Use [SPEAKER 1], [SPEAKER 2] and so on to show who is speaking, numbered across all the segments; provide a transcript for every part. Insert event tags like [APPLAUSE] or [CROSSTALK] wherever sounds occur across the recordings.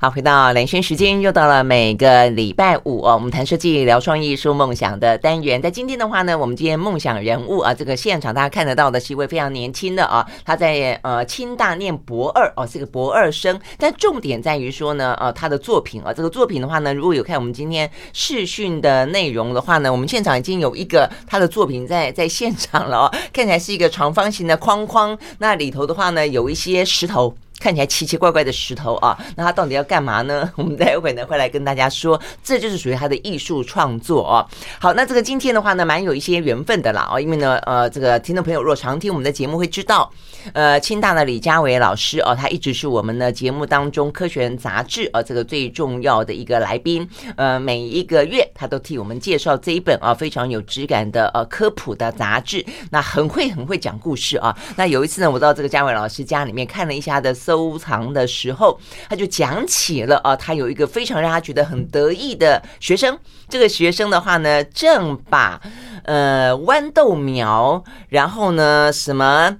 [SPEAKER 1] 好，回到蓝轩时间，又到了每个礼拜五哦，我们谈设计、聊创意、说梦想的单元。在今天的话呢，我们今天梦想人物啊，这个现场大家看得到的是一位非常年轻的啊，他在呃清大念博二哦，是个博二生。但重点在于说呢，呃，他的作品啊，这个作品的话呢，如果有看我们今天视讯的内容的话呢，我们现场已经有一个他的作品在在现场了哦，看起来是一个长方形的框框，那里头的话呢，有一些石头。看起来奇奇怪怪的石头啊，那他到底要干嘛呢？ [LAUGHS] 我们待会呢会来跟大家说，这就是属于他的艺术创作哦、啊。好，那这个今天的话呢，蛮有一些缘分的啦哦，因为呢，呃，这个听众朋友若常听我们的节目会知道，呃，清大的李佳伟老师哦、啊，他一直是我们的节目当中《科学人》杂志啊这个最重要的一个来宾，呃，每一个月他都替我们介绍这一本啊非常有质感的呃、啊、科普的杂志，那很会很会讲故事啊。那有一次呢，我到这个佳伟老师家里面看了一下的。收藏的时候，他就讲起了啊，他有一个非常让他觉得很得意的学生。这个学生的话呢，正把呃豌豆苗，然后呢什么。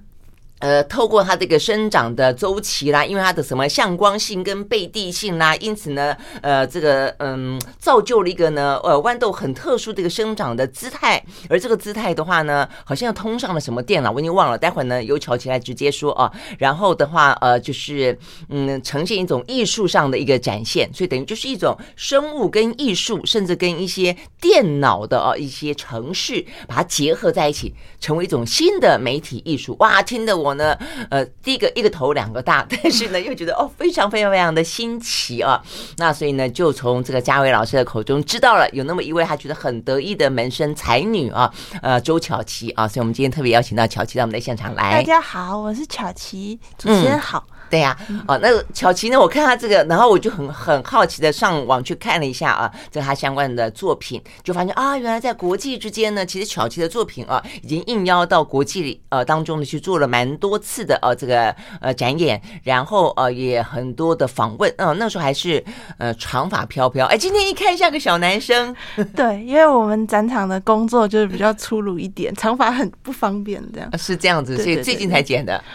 [SPEAKER 1] 呃，透过它这个生长的周期啦，因为它的什么向光性跟背地性啦，因此呢，呃，这个嗯，造就了一个呢，呃，豌豆很特殊的一个生长的姿态。而这个姿态的话呢，好像通上了什么电了，我已经忘了。待会儿呢，由乔起来直接说啊。然后的话，呃，就是嗯，呈现一种艺术上的一个展现，所以等于就是一种生物跟艺术，甚至跟一些电脑的啊一些程式，把它结合在一起，成为一种新的媒体艺术。哇，听得我。我呢，呃，第一个一个头两个大，但是呢又觉得哦非常非常非常的新奇啊，那所以呢就从这个嘉伟老师的口中知道了有那么一位他觉得很得意的门生才女啊，呃周巧琪啊，所以我们今天特别邀请到巧琪到我们的现场来。
[SPEAKER 2] 大家好，我是巧琪，主持人好。
[SPEAKER 1] 嗯、对呀、啊，哦，那巧琪呢，我看她这个，然后我就很很好奇的上网去看了一下啊，这她相关的作品，就发现啊，原来在国际之间呢，其实巧琪的作品啊，已经应邀到国际呃当中呢去做了蛮。多次的呃这个呃展演，然后呃也很多的访问，嗯、呃，那时候还是呃长发飘飘，哎，今天一看像个小男生，
[SPEAKER 2] [LAUGHS] 对，因为我们展场的工作就是比较粗鲁一点， [LAUGHS] 长发很不方便，这样
[SPEAKER 1] 呃是这样子，所以最近才剪的。
[SPEAKER 2] 对对对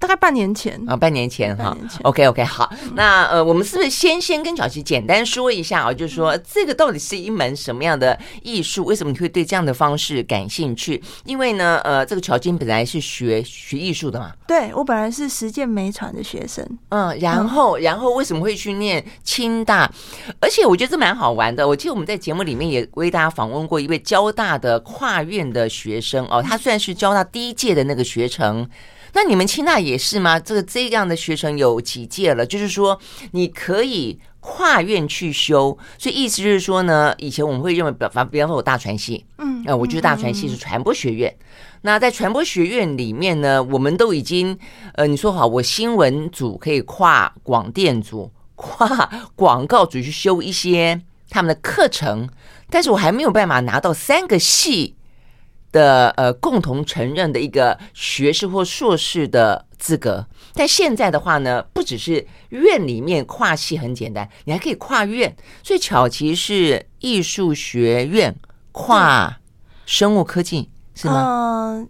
[SPEAKER 2] 大概半年前
[SPEAKER 1] 啊、哦，半年前哈，OK OK，好，嗯、那呃，我们是不是先先跟小琪简单说一下啊、哦？就是说这个到底是一门什么样的艺术？为什么你会对这样的方式感兴趣？因为呢，呃，这个乔金本来是学学艺术的嘛，
[SPEAKER 2] 对我本来是实践美传的学生，
[SPEAKER 1] 嗯，然后然后为什么会去念清大？而且我觉得这蛮好玩的。我记得我们在节目里面也为大家访问过一位交大的跨院的学生哦，他虽然是交大第一届的那个学程。那你们清大也是吗？这个这样的学生有几届了？就是说，你可以跨院去修，所以意思就是说呢，以前我们会认为，比方比方说我大传系，嗯，呃，我觉得大传系是传播学院。那在传播学院里面呢，我们都已经，呃，你说好，我新闻组可以跨广电组、跨广告组去修一些他们的课程，但是我还没有办法拿到三个系。的呃，共同承认的一个学士或硕士的资格，但现在的话呢，不只是院里面跨系很简单，你还可以跨院。所以巧奇是艺术学院跨生物科技，是吗？
[SPEAKER 2] 嗯、呃，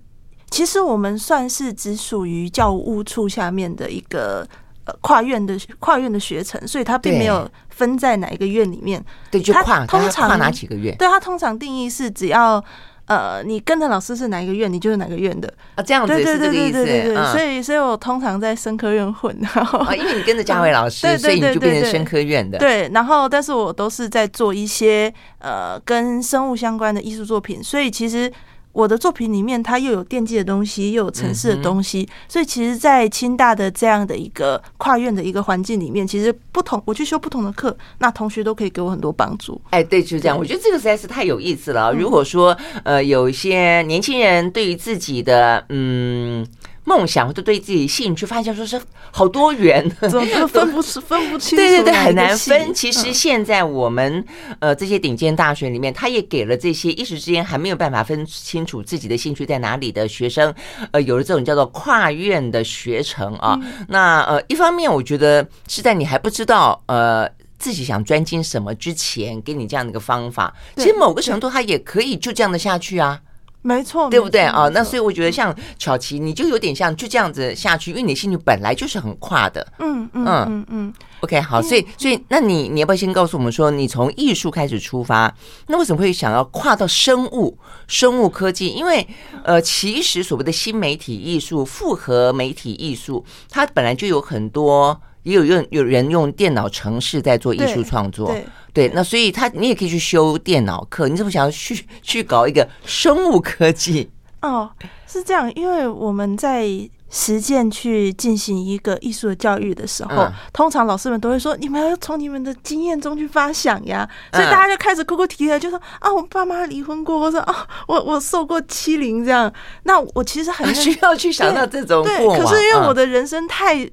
[SPEAKER 2] 其实我们算是只属于教务处下面的一个呃跨院的跨院的学程，所以它并没有分在哪一个院里面。
[SPEAKER 1] 对，就跨，
[SPEAKER 2] 通常
[SPEAKER 1] 跨哪几个院？
[SPEAKER 2] 对，它通常定义是只要。呃，你跟着老师是哪一个院，你就是哪个院的
[SPEAKER 1] 啊？这样子是这个意思。啊
[SPEAKER 2] 嗯、所以，所以我通常在生科院混，然后 [LAUGHS]
[SPEAKER 1] 啊，因为你跟着嘉伟老师，
[SPEAKER 2] 嗯、
[SPEAKER 1] 所以你就变成生科院的。
[SPEAKER 2] 对，然后但是我都是在做一些呃跟生物相关的艺术作品，所以其实我的作品里面它又有电机的东西，又有城市的东西，嗯、所以其实，在清大的这样的一个跨院的一个环境里面，其实不同我去修不同的课，那同学都可以给我很多帮助。
[SPEAKER 1] 哎，对，就是这样。我觉得这个实在是太有意思了。如果说，呃，有一些年轻人对于自己的嗯梦想或者对自己兴趣，发现说是好多元，
[SPEAKER 2] 怎么分不出、分不清，
[SPEAKER 1] 对对对，很难分。其
[SPEAKER 2] 嗯
[SPEAKER 1] 实现在我们呃这些顶尖大学里面，他也给了这些一时之间还没有办法分清楚自己的兴趣在哪里的学生，呃，有了这种叫做跨院的学程啊。
[SPEAKER 2] 嗯
[SPEAKER 1] 那呃，一方面我觉得是在你还不知道呃。自己想专精什么之前，给你这样的一个方法，其实某个程度他也可以就这样的下去啊。
[SPEAKER 2] 没错，
[SPEAKER 1] 对不对
[SPEAKER 2] 哦没错
[SPEAKER 1] 啊？
[SPEAKER 2] 没
[SPEAKER 1] 那
[SPEAKER 2] 错嗯
[SPEAKER 1] 所以我觉得像巧琪，你就有点像就这样子下去，因为你兴趣本来就是很跨的。
[SPEAKER 2] 嗯
[SPEAKER 1] 嗯
[SPEAKER 2] 嗯嗯嗯，
[SPEAKER 1] OK，好，所以所以那你你要不要先告诉我们说，你从艺术开始出发，那为什么会想要跨到生物、生物科技？因为呃，其实所谓的新媒体艺术、复合媒体艺术，它本来就有很多。也有用有人用电脑程式在做艺术
[SPEAKER 2] 对
[SPEAKER 1] 创作，
[SPEAKER 2] 对，
[SPEAKER 1] 对那所以他你也可以去修电脑课，你怎么想要去去搞一个生物科技？
[SPEAKER 2] 哦，是这样，因为我们在实践去进行一个艺术的教育的时候，
[SPEAKER 1] 嗯
[SPEAKER 2] 通常老师们都会说，你们要从你们的经验中去发想呀，所以
[SPEAKER 1] 嗯
[SPEAKER 2] 大家就开始哭哭啼啼的，就说啊，我爸妈离婚过，或者啊，我我受过欺凌这样。那我其实很认
[SPEAKER 1] [LAUGHS] 需要去想到这种
[SPEAKER 2] 对，
[SPEAKER 1] 过嗯往，啊
[SPEAKER 2] 可是因为我
[SPEAKER 1] 的、
[SPEAKER 2] 的人生太。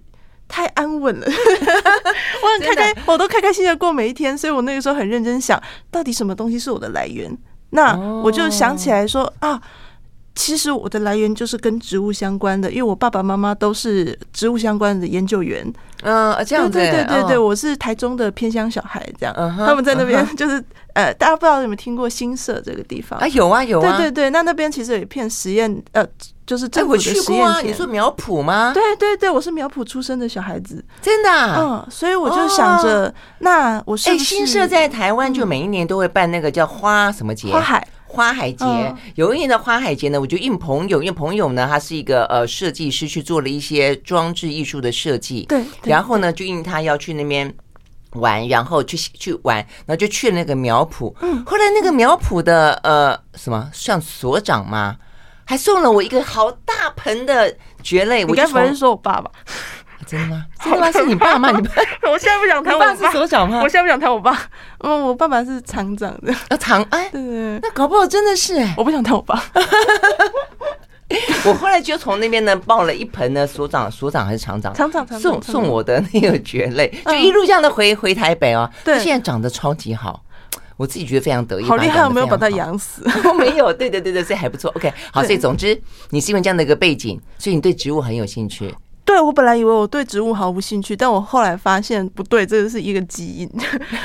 [SPEAKER 2] 太安稳了，
[SPEAKER 1] [LAUGHS]
[SPEAKER 2] 我很
[SPEAKER 1] 真的
[SPEAKER 2] 开开，我都开开心心地过每一天，所以我那个时候很认真想，到底什么东西是我的来源？那
[SPEAKER 1] 哦
[SPEAKER 2] 我就想起来说、啊，其实我的来源就是跟植物相关的，因为我爸爸妈妈都是植物相关的研究员。
[SPEAKER 1] 嗯、呃这样子、
[SPEAKER 2] 对对对对对，
[SPEAKER 1] 嗯
[SPEAKER 2] 我是台中的偏乡小孩，这样、
[SPEAKER 1] 嗯哼
[SPEAKER 2] 他们在那边
[SPEAKER 1] 嗯
[SPEAKER 2] 就是、呃，大家不知道有没有听过新社这个地方？
[SPEAKER 1] 啊有啊有啊，
[SPEAKER 2] 对对对，那那边其实有一片实验，呃，就是
[SPEAKER 1] 哎，
[SPEAKER 2] 政府
[SPEAKER 1] 我
[SPEAKER 2] 的实
[SPEAKER 1] 去
[SPEAKER 2] 验
[SPEAKER 1] 过啊，
[SPEAKER 2] 田
[SPEAKER 1] 你说苗圃吗？，
[SPEAKER 2] 对对对，我是苗圃出生的小孩子，
[SPEAKER 1] 真的、啊。哦
[SPEAKER 2] 嗯，所以我就想着，那我是
[SPEAKER 1] 哎，
[SPEAKER 2] 不是
[SPEAKER 1] 新社在台湾就每一年都会办那个叫花什么节？
[SPEAKER 2] 花海？
[SPEAKER 1] 花海节
[SPEAKER 2] 嗯，
[SPEAKER 1] 有一年的花海节呢，我就应朋友，因为朋友呢，他是一个呃设计师，去做了一些装置艺术的设计。
[SPEAKER 2] 对，对
[SPEAKER 1] 然后呢，就应他要去那边玩，然后去去玩，然后就去了那个苗圃。嗯，后来那个苗圃的呃什么像所长嘛，还送了我一个好大盆的蕨类，
[SPEAKER 2] 你
[SPEAKER 1] 我就
[SPEAKER 2] 该不会
[SPEAKER 1] 从
[SPEAKER 2] 是
[SPEAKER 1] 啊
[SPEAKER 2] 说我爸 [LAUGHS] 爸？
[SPEAKER 1] 真
[SPEAKER 2] [LAUGHS]
[SPEAKER 1] 的吗？真 [LAUGHS] 的吗？是你爸吗？你爸
[SPEAKER 2] 我现在不想
[SPEAKER 1] 你
[SPEAKER 2] 谈我
[SPEAKER 1] 爸
[SPEAKER 2] 爸，
[SPEAKER 1] 是啊所长吗
[SPEAKER 2] 我？现在不想谈我爸，嗯，我爸爸是厂长的，
[SPEAKER 1] 要藏哎，
[SPEAKER 2] 对对对，
[SPEAKER 1] 那搞不好真的是哎。
[SPEAKER 2] 我不想谈我爸， [LAUGHS]
[SPEAKER 1] 我后来就从那边呢抱了一盆呢，所长、所长还是厂长，
[SPEAKER 2] 厂长厂长
[SPEAKER 1] 送
[SPEAKER 2] 厂长
[SPEAKER 1] 送我的那个蕨类，就
[SPEAKER 2] 嗯
[SPEAKER 1] 一路这样的回回台北哦。
[SPEAKER 2] 对
[SPEAKER 1] 它现在长得超级好，我自己觉得非常得意，
[SPEAKER 2] 好厉害，我没有把
[SPEAKER 1] 它
[SPEAKER 2] 他养死。
[SPEAKER 1] [LAUGHS]
[SPEAKER 2] [LAUGHS]
[SPEAKER 1] 我没有，对对对对，所以还不错。OK，好，
[SPEAKER 2] 对
[SPEAKER 1] 所以总之你是因为这样的一个背景，所以你对植物很有兴趣。
[SPEAKER 2] 对，我本来以为我对植物毫无兴趣，但我后来发现不对，这个是一个基因， [LAUGHS]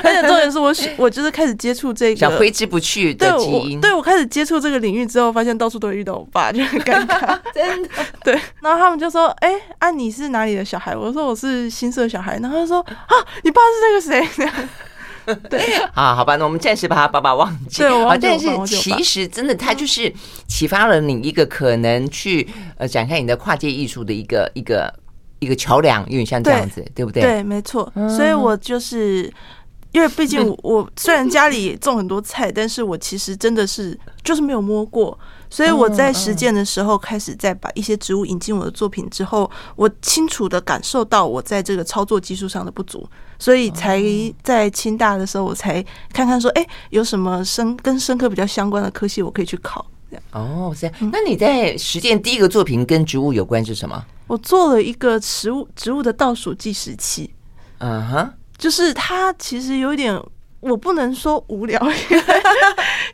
[SPEAKER 2] 而且重点是我喜我就是开始接触这
[SPEAKER 1] 想
[SPEAKER 2] 个
[SPEAKER 1] 挥之不去
[SPEAKER 2] 对
[SPEAKER 1] 的基
[SPEAKER 2] 我
[SPEAKER 1] 因，
[SPEAKER 2] 对我开始接触这个领域之后，发现到处都会遇到我爸，就很尴尬。
[SPEAKER 1] 真的
[SPEAKER 2] 对， [LAUGHS] 然后他们就说：“哎、啊，你是哪里的小孩？”我说：“我是新社小孩。”然后他说：“啊，你爸是那个谁 [LAUGHS]
[SPEAKER 1] 啊，好吧，那我们暂时把他爸爸忘记。
[SPEAKER 2] 对我
[SPEAKER 1] 啊
[SPEAKER 2] 忘，记
[SPEAKER 1] 但是
[SPEAKER 2] 我爸忘记我爸
[SPEAKER 1] 其实真的，他就是启发了你一个可能去呃展开你的跨界艺术的一个一个一个桥梁，有点像这样子，对不？”对？
[SPEAKER 2] 对，没错。所以我就是因为毕竟我我虽然家里种很多菜，但是我其实真的是就是没有摸过。所以我在实践的时候，开始在把一些植物引进我的作品之后，我清楚的感受到我在这个操作技术上的不足，所以才在清大的时候，我才看看说，哎、有什么生跟生科比较相关的科系我可以去考。这样。
[SPEAKER 1] 哦，是这样。那你在实践第一个作品跟植物有关是什么？
[SPEAKER 2] 我做了一个植物植物的倒数计时器，
[SPEAKER 1] 嗯哼，
[SPEAKER 2] 就是它其实有一点，我不能说无聊，因为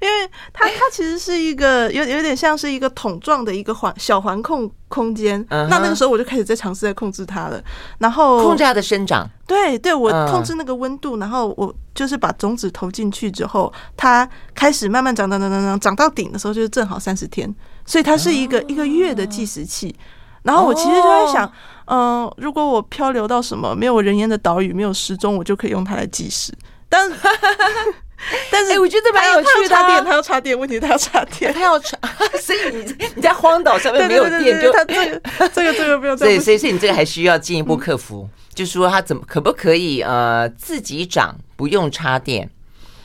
[SPEAKER 2] 因为它它其实是一个 [LAUGHS] 有有点像是一个桶状的一个环小环控空间。
[SPEAKER 1] 嗯哼
[SPEAKER 2] 那那个时候我就开始在尝试在控制它了，然后
[SPEAKER 1] 控制它的生长。
[SPEAKER 2] 对对，我
[SPEAKER 1] 嗯
[SPEAKER 2] 控制那个温度，然后我就是把种子投进去之后，它开始慢慢长长长长长，长到顶的时候就是正好三十天，所以它是一个、一个月的计时器。然后我其实就
[SPEAKER 1] 哦
[SPEAKER 2] 在想，嗯、如果我漂流到什么没有人烟的岛屿，没有时钟，我就可以用它来计时。
[SPEAKER 1] [LAUGHS]
[SPEAKER 2] 但但是、
[SPEAKER 1] 哎我觉得蛮
[SPEAKER 2] 它要
[SPEAKER 1] 有趣的啊
[SPEAKER 2] 它要插电，它要插电，问题它要插
[SPEAKER 1] [LAUGHS]
[SPEAKER 2] 电。
[SPEAKER 1] 它要传，所以你你在荒岛上面
[SPEAKER 2] 对
[SPEAKER 1] 呃没
[SPEAKER 2] 对
[SPEAKER 1] 有
[SPEAKER 2] 对对
[SPEAKER 1] 电
[SPEAKER 2] 对，
[SPEAKER 1] 就
[SPEAKER 2] 它这个这个这嗯个没有在
[SPEAKER 1] 对，所以所以你这个还需要进一步克服，就是说它怎么可不可以呃自己长不用插电，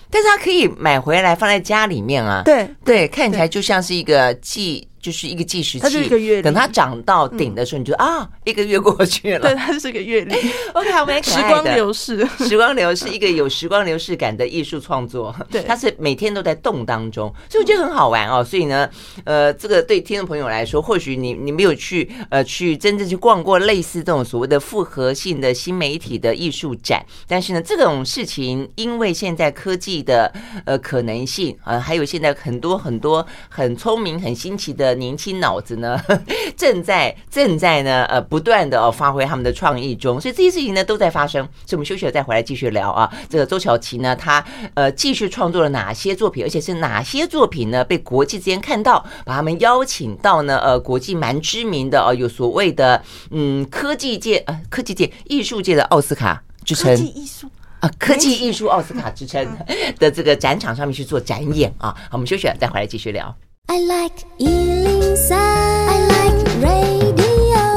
[SPEAKER 1] 但是它可以买回来放在家里面啊。
[SPEAKER 2] 对
[SPEAKER 1] 对，看起来就像是一个计，就是一个计时器。
[SPEAKER 2] 它就是一个月历嗯
[SPEAKER 1] 等它长到顶的时候，你就啊，一个月过去了
[SPEAKER 2] 对，。它是个阅历，
[SPEAKER 1] OK，我们
[SPEAKER 2] 时光。流逝。
[SPEAKER 1] 时光流是一个有时光流逝感的艺术创作，
[SPEAKER 2] 对
[SPEAKER 1] 它是每天都在动当中，所以我觉得很好玩哦。所以呢，呃，这个对听众朋友来说，或许你你没有去呃去真正去逛过类似这种所谓的复合性的新媒体的艺术展，但是呢，这种事情因为现在科啊技的呃可能性，呃，还有现在很多很多很聪明、很新奇的的年轻脑子呢， [LAUGHS] 正在正在呢呃不断的哦发挥他们的创意中，所以这些事情呢都在发生。所以我们休息了再回来继续聊啊。这个周小琪呢，她呃继续创作了哪些作品，而且是哪些作品呢被国际之间看到，把他们邀请到呢呃国际蛮知名的哦有所谓的嗯科技界呃科技界艺术界的奥斯卡之
[SPEAKER 2] 科技
[SPEAKER 1] 称。
[SPEAKER 2] 艺术。
[SPEAKER 1] 啊，科技艺术奥斯卡之称的这个展场上面去做展演啊。好，我们休息了再回来继续聊。
[SPEAKER 3] I like Ealing Sound. I like radio.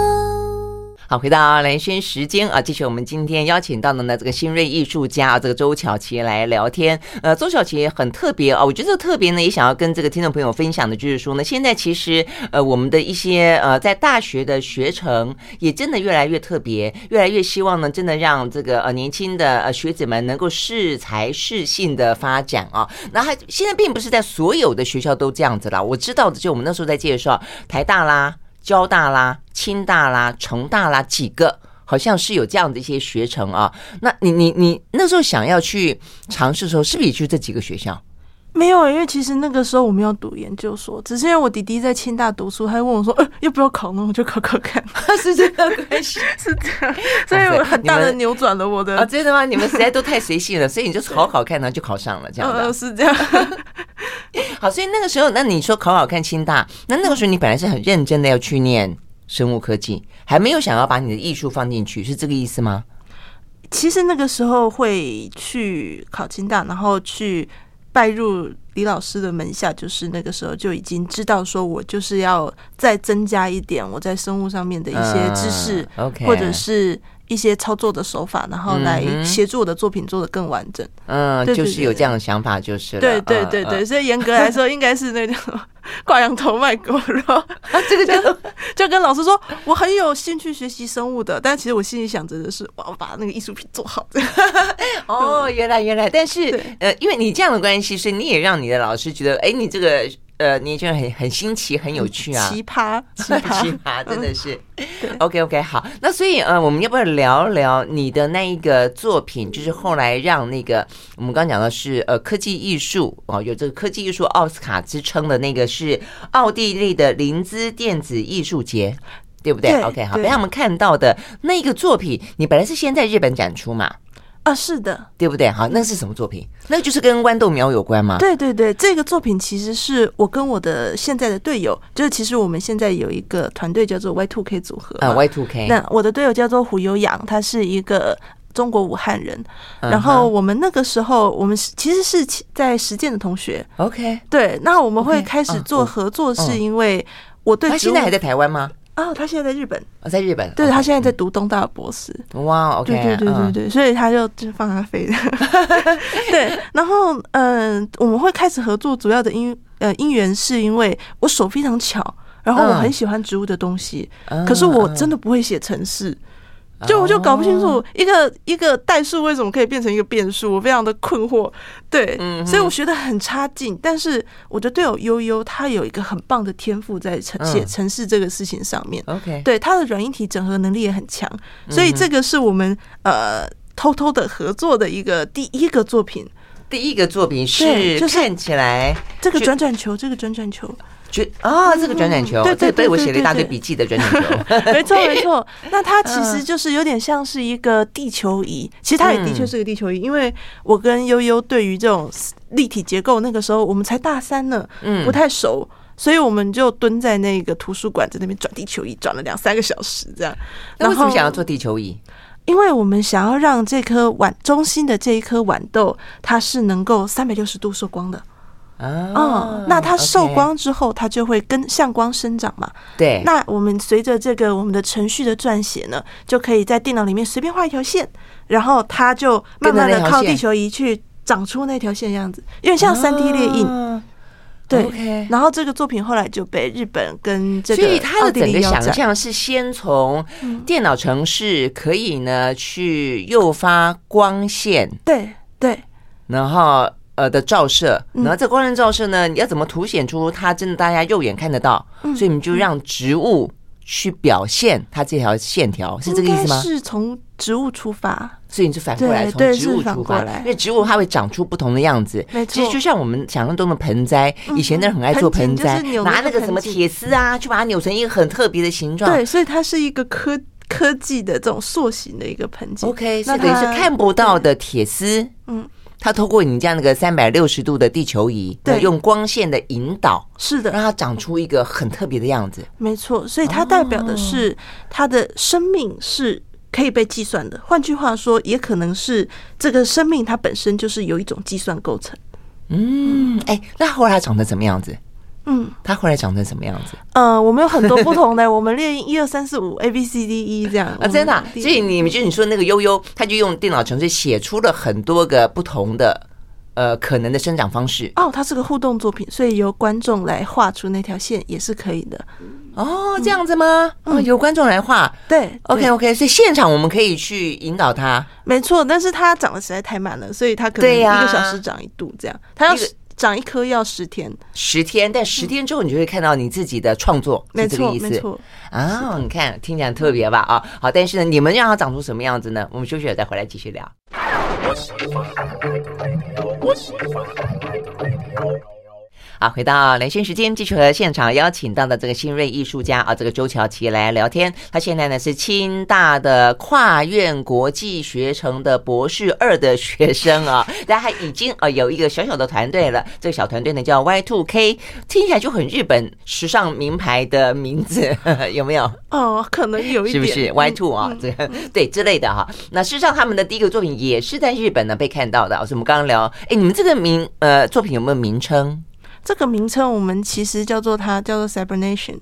[SPEAKER 1] 好，回到蓝轩时间啊，继续我们今天邀请到的呢这个新锐艺术家啊，这个周巧琪来聊天。呃，周巧琪很特别啊，我觉得这个特别呢，也想要跟这个听众朋友分享的就是说呢，现在其实呃我们的一些呃在大学的学程也真的越来越特别，越来越希望呢，真的让这个呃年轻的呃学子们能够适才适性的发展啊。那还现在并不是在所有的学校都这样子啦，我知道的就我们那时候在介绍台大啦。交大啦、清大啦、成大啦几个，好像是有这样的一些学程啊。那你你你那时候想要去尝试的时候，是不是也去这几个学校？
[SPEAKER 2] 没有，因为其实那个时候我没有读研究所，只是因为我弟弟在清大读书，他就问我说：“呃，要不要考呢？”我就考考看，
[SPEAKER 1] 是这个关 [LAUGHS] 系
[SPEAKER 2] [LAUGHS] 是这样，所以我很大的扭转了我的
[SPEAKER 1] 啊？真的吗？你们实在都太随性了，所以你就好好看，然后就考上了这样
[SPEAKER 2] 呃，
[SPEAKER 1] 的。
[SPEAKER 2] 是这样。
[SPEAKER 1] 好，所以那个时候，那你说考好看清大，那那个时候你本来是很认真的要去念生物科技，还没有想要把你的艺术放进去，是这个意思吗？
[SPEAKER 2] 其实那个时候会去考清大，然后去拜入李老师的门下，就是那个时候就已经知道说我就是要再增加一点我在生物上面的一些知识，
[SPEAKER 1] 嗯，OK
[SPEAKER 2] 或者是一些操作的手法，然后来
[SPEAKER 1] 嗯哼
[SPEAKER 2] 协助我的作品做得更完整。
[SPEAKER 1] 嗯，
[SPEAKER 2] 对对
[SPEAKER 1] 就是有这样的想法，就是了
[SPEAKER 2] 对对对
[SPEAKER 1] 嗯
[SPEAKER 2] 对，
[SPEAKER 1] 嗯
[SPEAKER 2] 所以严格来说应该是那种 [LAUGHS] 挂羊头卖狗肉。
[SPEAKER 1] 啊，这个就
[SPEAKER 2] 就跟老师说，我很有兴趣学习生物的，但其实我心里想着的是，我要把那个艺术品做好。
[SPEAKER 1] 哦，原来原来，但是
[SPEAKER 2] 对
[SPEAKER 1] 呃，因为你这样的关系，所以你也让你的老师觉得，哎，你这个呃年轻人很很新奇，很有趣啊， [LAUGHS]
[SPEAKER 2] 奇葩，奇
[SPEAKER 1] 奇
[SPEAKER 2] 葩，嗯
[SPEAKER 1] 葩，真的是
[SPEAKER 2] 对。
[SPEAKER 1] OK OK，好，那所以呃，我们要不要聊聊你的那一个作品？就是后来让那个我们刚刚讲的是呃科技艺术哦，有这个科技艺术奥斯卡之称的那个是奥地利的林兹电子艺术节。对不对
[SPEAKER 2] 对
[SPEAKER 1] o k 好，
[SPEAKER 2] 对
[SPEAKER 1] 被他们看到的那个作品，你本来是先在日本展出嘛，
[SPEAKER 2] 啊！是的，
[SPEAKER 1] 对不对？好，那是什么作品？那就是跟豌豆苗有关吗？
[SPEAKER 2] 对对对，这个作品其实是我跟我的现在的队友，就是其实我们现在有一个团队叫做 Y Two K 组合
[SPEAKER 1] 啊
[SPEAKER 2] 嘛
[SPEAKER 1] ，Y Two K。
[SPEAKER 2] 那我的队友叫做胡有养，他是一个中国武汉人。
[SPEAKER 1] 嗯哼
[SPEAKER 2] 然后我们那个时候，我们是其实是在实践的同学，
[SPEAKER 1] OK，
[SPEAKER 2] 对。那我们会
[SPEAKER 1] OK，
[SPEAKER 2] 开始
[SPEAKER 1] 啊
[SPEAKER 2] 做
[SPEAKER 1] 我
[SPEAKER 2] 合作，
[SPEAKER 1] 嗯
[SPEAKER 2] 是因为我对
[SPEAKER 1] 他
[SPEAKER 2] 植
[SPEAKER 1] 现
[SPEAKER 2] 物
[SPEAKER 1] 在还在台湾吗？
[SPEAKER 2] 哦，他现在在日本，
[SPEAKER 1] 哦在日本。
[SPEAKER 2] 对
[SPEAKER 1] OK
[SPEAKER 2] 他现在在读东大的博士。
[SPEAKER 1] 哇，OK，
[SPEAKER 2] 对对对对
[SPEAKER 1] 嗯，
[SPEAKER 2] 对，所以他就就放他
[SPEAKER 1] [LAUGHS]
[SPEAKER 2] 飞的。对，然后嗯、我们会开始合作，主要的因呃因缘是因为我手非常巧，然后我
[SPEAKER 1] 嗯
[SPEAKER 2] 很喜欢植物的东西，
[SPEAKER 1] 嗯
[SPEAKER 2] 可是我真
[SPEAKER 1] 的
[SPEAKER 2] 的不会写程式。
[SPEAKER 1] 嗯
[SPEAKER 2] 就我就搞不清
[SPEAKER 1] 哦
[SPEAKER 2] 楚一个一个代数为什么可以变成一个变数，我非常的困惑。对，
[SPEAKER 1] 嗯哼
[SPEAKER 2] 所以我学的很差劲。但是我的队友悠悠，他有一个很棒的天赋在程写
[SPEAKER 1] 嗯哦
[SPEAKER 2] 程式这个事情上面。
[SPEAKER 1] OK，
[SPEAKER 2] 对它的软硬体整合能力也很强，
[SPEAKER 1] 嗯
[SPEAKER 2] 所以这个是我们呃偷偷的合作的一个第一个作品。
[SPEAKER 1] 第一个作品
[SPEAKER 2] 对
[SPEAKER 1] 是
[SPEAKER 2] 就是
[SPEAKER 1] 看起来
[SPEAKER 2] 这个
[SPEAKER 1] 就
[SPEAKER 2] 转转球，这个转转球，
[SPEAKER 1] 觉啊，这个转转球，
[SPEAKER 2] 嗯对对
[SPEAKER 1] 这个
[SPEAKER 2] 对
[SPEAKER 1] 被我
[SPEAKER 2] 对
[SPEAKER 1] 写了一
[SPEAKER 2] 对
[SPEAKER 1] 大堆
[SPEAKER 2] 对
[SPEAKER 1] 笔记的转转球。
[SPEAKER 2] [LAUGHS]
[SPEAKER 1] [LAUGHS]
[SPEAKER 2] 没错没错。那它其实
[SPEAKER 1] 嗯
[SPEAKER 2] 就是有点像是一个地球仪，其实它也的确是个地球仪，因为我跟悠悠对于这种立体结构，那个时候我们才大三呢，
[SPEAKER 1] 嗯
[SPEAKER 2] 不太熟。所以我们就蹲在那个图书馆，在那边转地球仪，转了两三个小时这样。
[SPEAKER 1] 那为什
[SPEAKER 2] 然
[SPEAKER 1] 么
[SPEAKER 2] 后
[SPEAKER 1] 想要做地球仪？
[SPEAKER 2] 因为我们想要让这颗豌中心的这一颗豌豆，它是能够三百六十度受光的。
[SPEAKER 1] 啊
[SPEAKER 2] 哦，那它受
[SPEAKER 1] OK，
[SPEAKER 2] 光之后，它就会跟向光生长嘛。
[SPEAKER 1] 对，
[SPEAKER 2] 那我们随着这个我们的程序的撰写呢，就可以在电脑里面随便画一条线，然后它就慢
[SPEAKER 1] 跟着那
[SPEAKER 2] 慢的
[SPEAKER 1] 条
[SPEAKER 2] 靠
[SPEAKER 1] 线
[SPEAKER 2] 地球仪去长出那条线的样子，有点像三 D 列印。
[SPEAKER 1] 啊
[SPEAKER 2] 对，
[SPEAKER 1] ，OK。
[SPEAKER 2] 然后这个作品后来就被日本跟这个
[SPEAKER 1] 所以他
[SPEAKER 2] 奥
[SPEAKER 1] 的
[SPEAKER 2] 地利
[SPEAKER 1] 整个
[SPEAKER 2] 腰
[SPEAKER 1] 想
[SPEAKER 2] 斩
[SPEAKER 1] 象是先从电脑城市可以呢去诱发光线，
[SPEAKER 2] 对对
[SPEAKER 1] 然后呃的照射，
[SPEAKER 2] 嗯
[SPEAKER 1] 然后这光线照射呢，你要怎么凸显出它真的大家肉眼看得到？
[SPEAKER 2] 嗯
[SPEAKER 1] 所以你就让植物去表现它这条线条，是这个意思
[SPEAKER 2] 应该
[SPEAKER 1] 吗？
[SPEAKER 2] 是从植物出发，
[SPEAKER 1] 所以你就反过来
[SPEAKER 2] 对
[SPEAKER 1] 从
[SPEAKER 2] 对
[SPEAKER 1] 植物
[SPEAKER 2] 是反
[SPEAKER 1] 出
[SPEAKER 2] 过
[SPEAKER 1] 发
[SPEAKER 2] 来，
[SPEAKER 1] 因为植物它会长出不同的样子。
[SPEAKER 2] 没
[SPEAKER 1] 其实
[SPEAKER 2] 错
[SPEAKER 1] 就像我们想象中的盆栽，以前的人很爱
[SPEAKER 2] 盆
[SPEAKER 1] 做
[SPEAKER 2] 景
[SPEAKER 1] 盆
[SPEAKER 2] 就是
[SPEAKER 1] 栽，
[SPEAKER 2] 扭
[SPEAKER 1] 拿
[SPEAKER 2] 那
[SPEAKER 1] 那
[SPEAKER 2] 个
[SPEAKER 1] 个
[SPEAKER 2] 盆
[SPEAKER 1] 什么
[SPEAKER 2] 景
[SPEAKER 1] 铁丝啊，去把它扭成一个很特别的形状。
[SPEAKER 2] 对，所以它是一个科科技的这种塑形的一个盆景。
[SPEAKER 1] OK，
[SPEAKER 2] 那
[SPEAKER 1] 是等于是
[SPEAKER 2] 它
[SPEAKER 1] 看不到的铁丝，
[SPEAKER 2] 嗯，
[SPEAKER 1] 它透过你这样那个三百六十度的地球仪，
[SPEAKER 2] 对
[SPEAKER 1] 那用光线的引导，
[SPEAKER 2] 是的
[SPEAKER 1] 让，它长出一个很特别的样子。
[SPEAKER 2] 没错，所以它代表的
[SPEAKER 1] 哦
[SPEAKER 2] 是它的生命是可以被计算的。换句话说，也可能是这个生命它本身就是有一种计算构成。
[SPEAKER 1] 嗯，哎、那后来它长成什么样子？
[SPEAKER 2] 嗯，
[SPEAKER 1] 它后来长成什么样子
[SPEAKER 2] 呃，我们有很多不同的，我 [LAUGHS] 们列一二三四五 A B C D E 这样
[SPEAKER 1] 啊？真的啊、
[SPEAKER 2] 我们
[SPEAKER 1] 所以你们就你说那个悠悠，他就用电脑程式写出了很多个不同的呃可能的生长方式。
[SPEAKER 2] 哦，它是个互动作品，所以由观众来画出那条线也是可以的。
[SPEAKER 1] 哦，这样子吗？哦，由观众来画。
[SPEAKER 2] 对
[SPEAKER 1] OK
[SPEAKER 2] 对
[SPEAKER 1] OK，所以现场我们可以去引导他。
[SPEAKER 2] 没错，但是它长得实在太慢了，所以它可能
[SPEAKER 1] 对
[SPEAKER 2] 一
[SPEAKER 1] 呀
[SPEAKER 2] 个小时长一度这样，它要
[SPEAKER 1] 一个
[SPEAKER 2] 长一颗要十天，
[SPEAKER 1] 十天，但十天之后你就会看到你自己的创作，
[SPEAKER 2] 没
[SPEAKER 1] 是这个
[SPEAKER 2] 错
[SPEAKER 1] 意
[SPEAKER 2] 没
[SPEAKER 1] 思
[SPEAKER 2] 错。
[SPEAKER 1] 啊！你看，听起来很特别吧？啊，好，但是呢，你们让它长出什么样子呢？我们休息了再回来继续聊。好，回到连线时间，继续和现场邀请到的这个新锐艺术家啊，这个周乔琪来聊天。他现在呢是清大的跨院国际学程的博士二的学生啊， [LAUGHS] 但他已经呃有一个小小的团队了。这个小团队呢叫 Y Two K，听起来就很日本时尚名牌的名字， [LAUGHS] 有没有？
[SPEAKER 2] 哦，可能有一
[SPEAKER 1] 是
[SPEAKER 2] 点
[SPEAKER 1] 不是 Y
[SPEAKER 2] 嗯
[SPEAKER 1] Two 啊？这个对之类的哈、那事实上，他们的第一个作品也是在日本呢被看到的啊。所以我们刚刚聊，哎，你们这个名呃作品有没有名称？
[SPEAKER 2] 这个名称我们其实叫做它叫做 cybernation，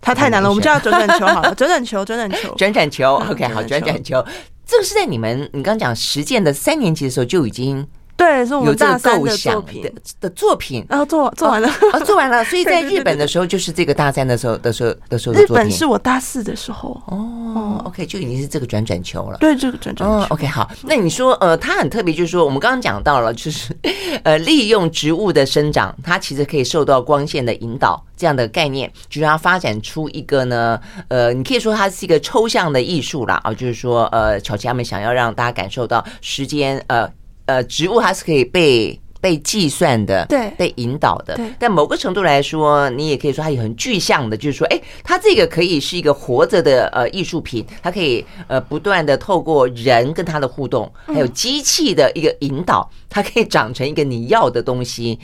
[SPEAKER 2] 它太难了，我们就要转转
[SPEAKER 1] [LAUGHS]
[SPEAKER 2] 球好了，转转球，转转球。
[SPEAKER 1] 转转球
[SPEAKER 2] 嗯
[SPEAKER 1] ，OK，好，
[SPEAKER 2] 转
[SPEAKER 1] 转
[SPEAKER 2] 转球
[SPEAKER 1] 转球。这个是在你们你刚讲实践的三年级的时候就已经
[SPEAKER 2] 对，是我
[SPEAKER 1] 有
[SPEAKER 2] 们
[SPEAKER 1] 这
[SPEAKER 2] 哦大
[SPEAKER 1] 个
[SPEAKER 2] 三
[SPEAKER 1] 构
[SPEAKER 2] 的作
[SPEAKER 1] 想
[SPEAKER 2] 品
[SPEAKER 1] 的，的作
[SPEAKER 2] [LAUGHS]
[SPEAKER 1] 品
[SPEAKER 2] 然后做做完了。
[SPEAKER 1] 哦，做完了。所以
[SPEAKER 2] 对
[SPEAKER 1] 在
[SPEAKER 2] 对对
[SPEAKER 1] 日本的时候，就是这个大三的时候的时候的时候的
[SPEAKER 2] 日
[SPEAKER 1] 作
[SPEAKER 2] 本
[SPEAKER 1] 品
[SPEAKER 2] 是我大四的时候，
[SPEAKER 1] 哦，OK，就已经是这个转转球了。
[SPEAKER 2] 对这个转转
[SPEAKER 1] 哦
[SPEAKER 2] 球，
[SPEAKER 1] ，OK，好。那你说，呃，它很特别，就是说，我们刚刚讲到了，就是 [LAUGHS] 呃，利用植物的生长，它其实可以受到光线的引导这样的概念，就让它发展出一个呢，呃，你可以说它是一个抽象的艺术啦，啊，就是说，呃，巧奇他们想要让大家感受到时间，呃呃，植物它是可以被。被计算的，
[SPEAKER 2] 对
[SPEAKER 1] 被引导的
[SPEAKER 2] 对，
[SPEAKER 1] 但某个程度来说，你也可以说它也很具象的，就是说，哎，它这个可以是一个活着的呃艺术品，它可以呃不断的透过人跟它的互动，
[SPEAKER 2] 嗯
[SPEAKER 1] 还有机器的一个引导，它可以长成一个你要的东西。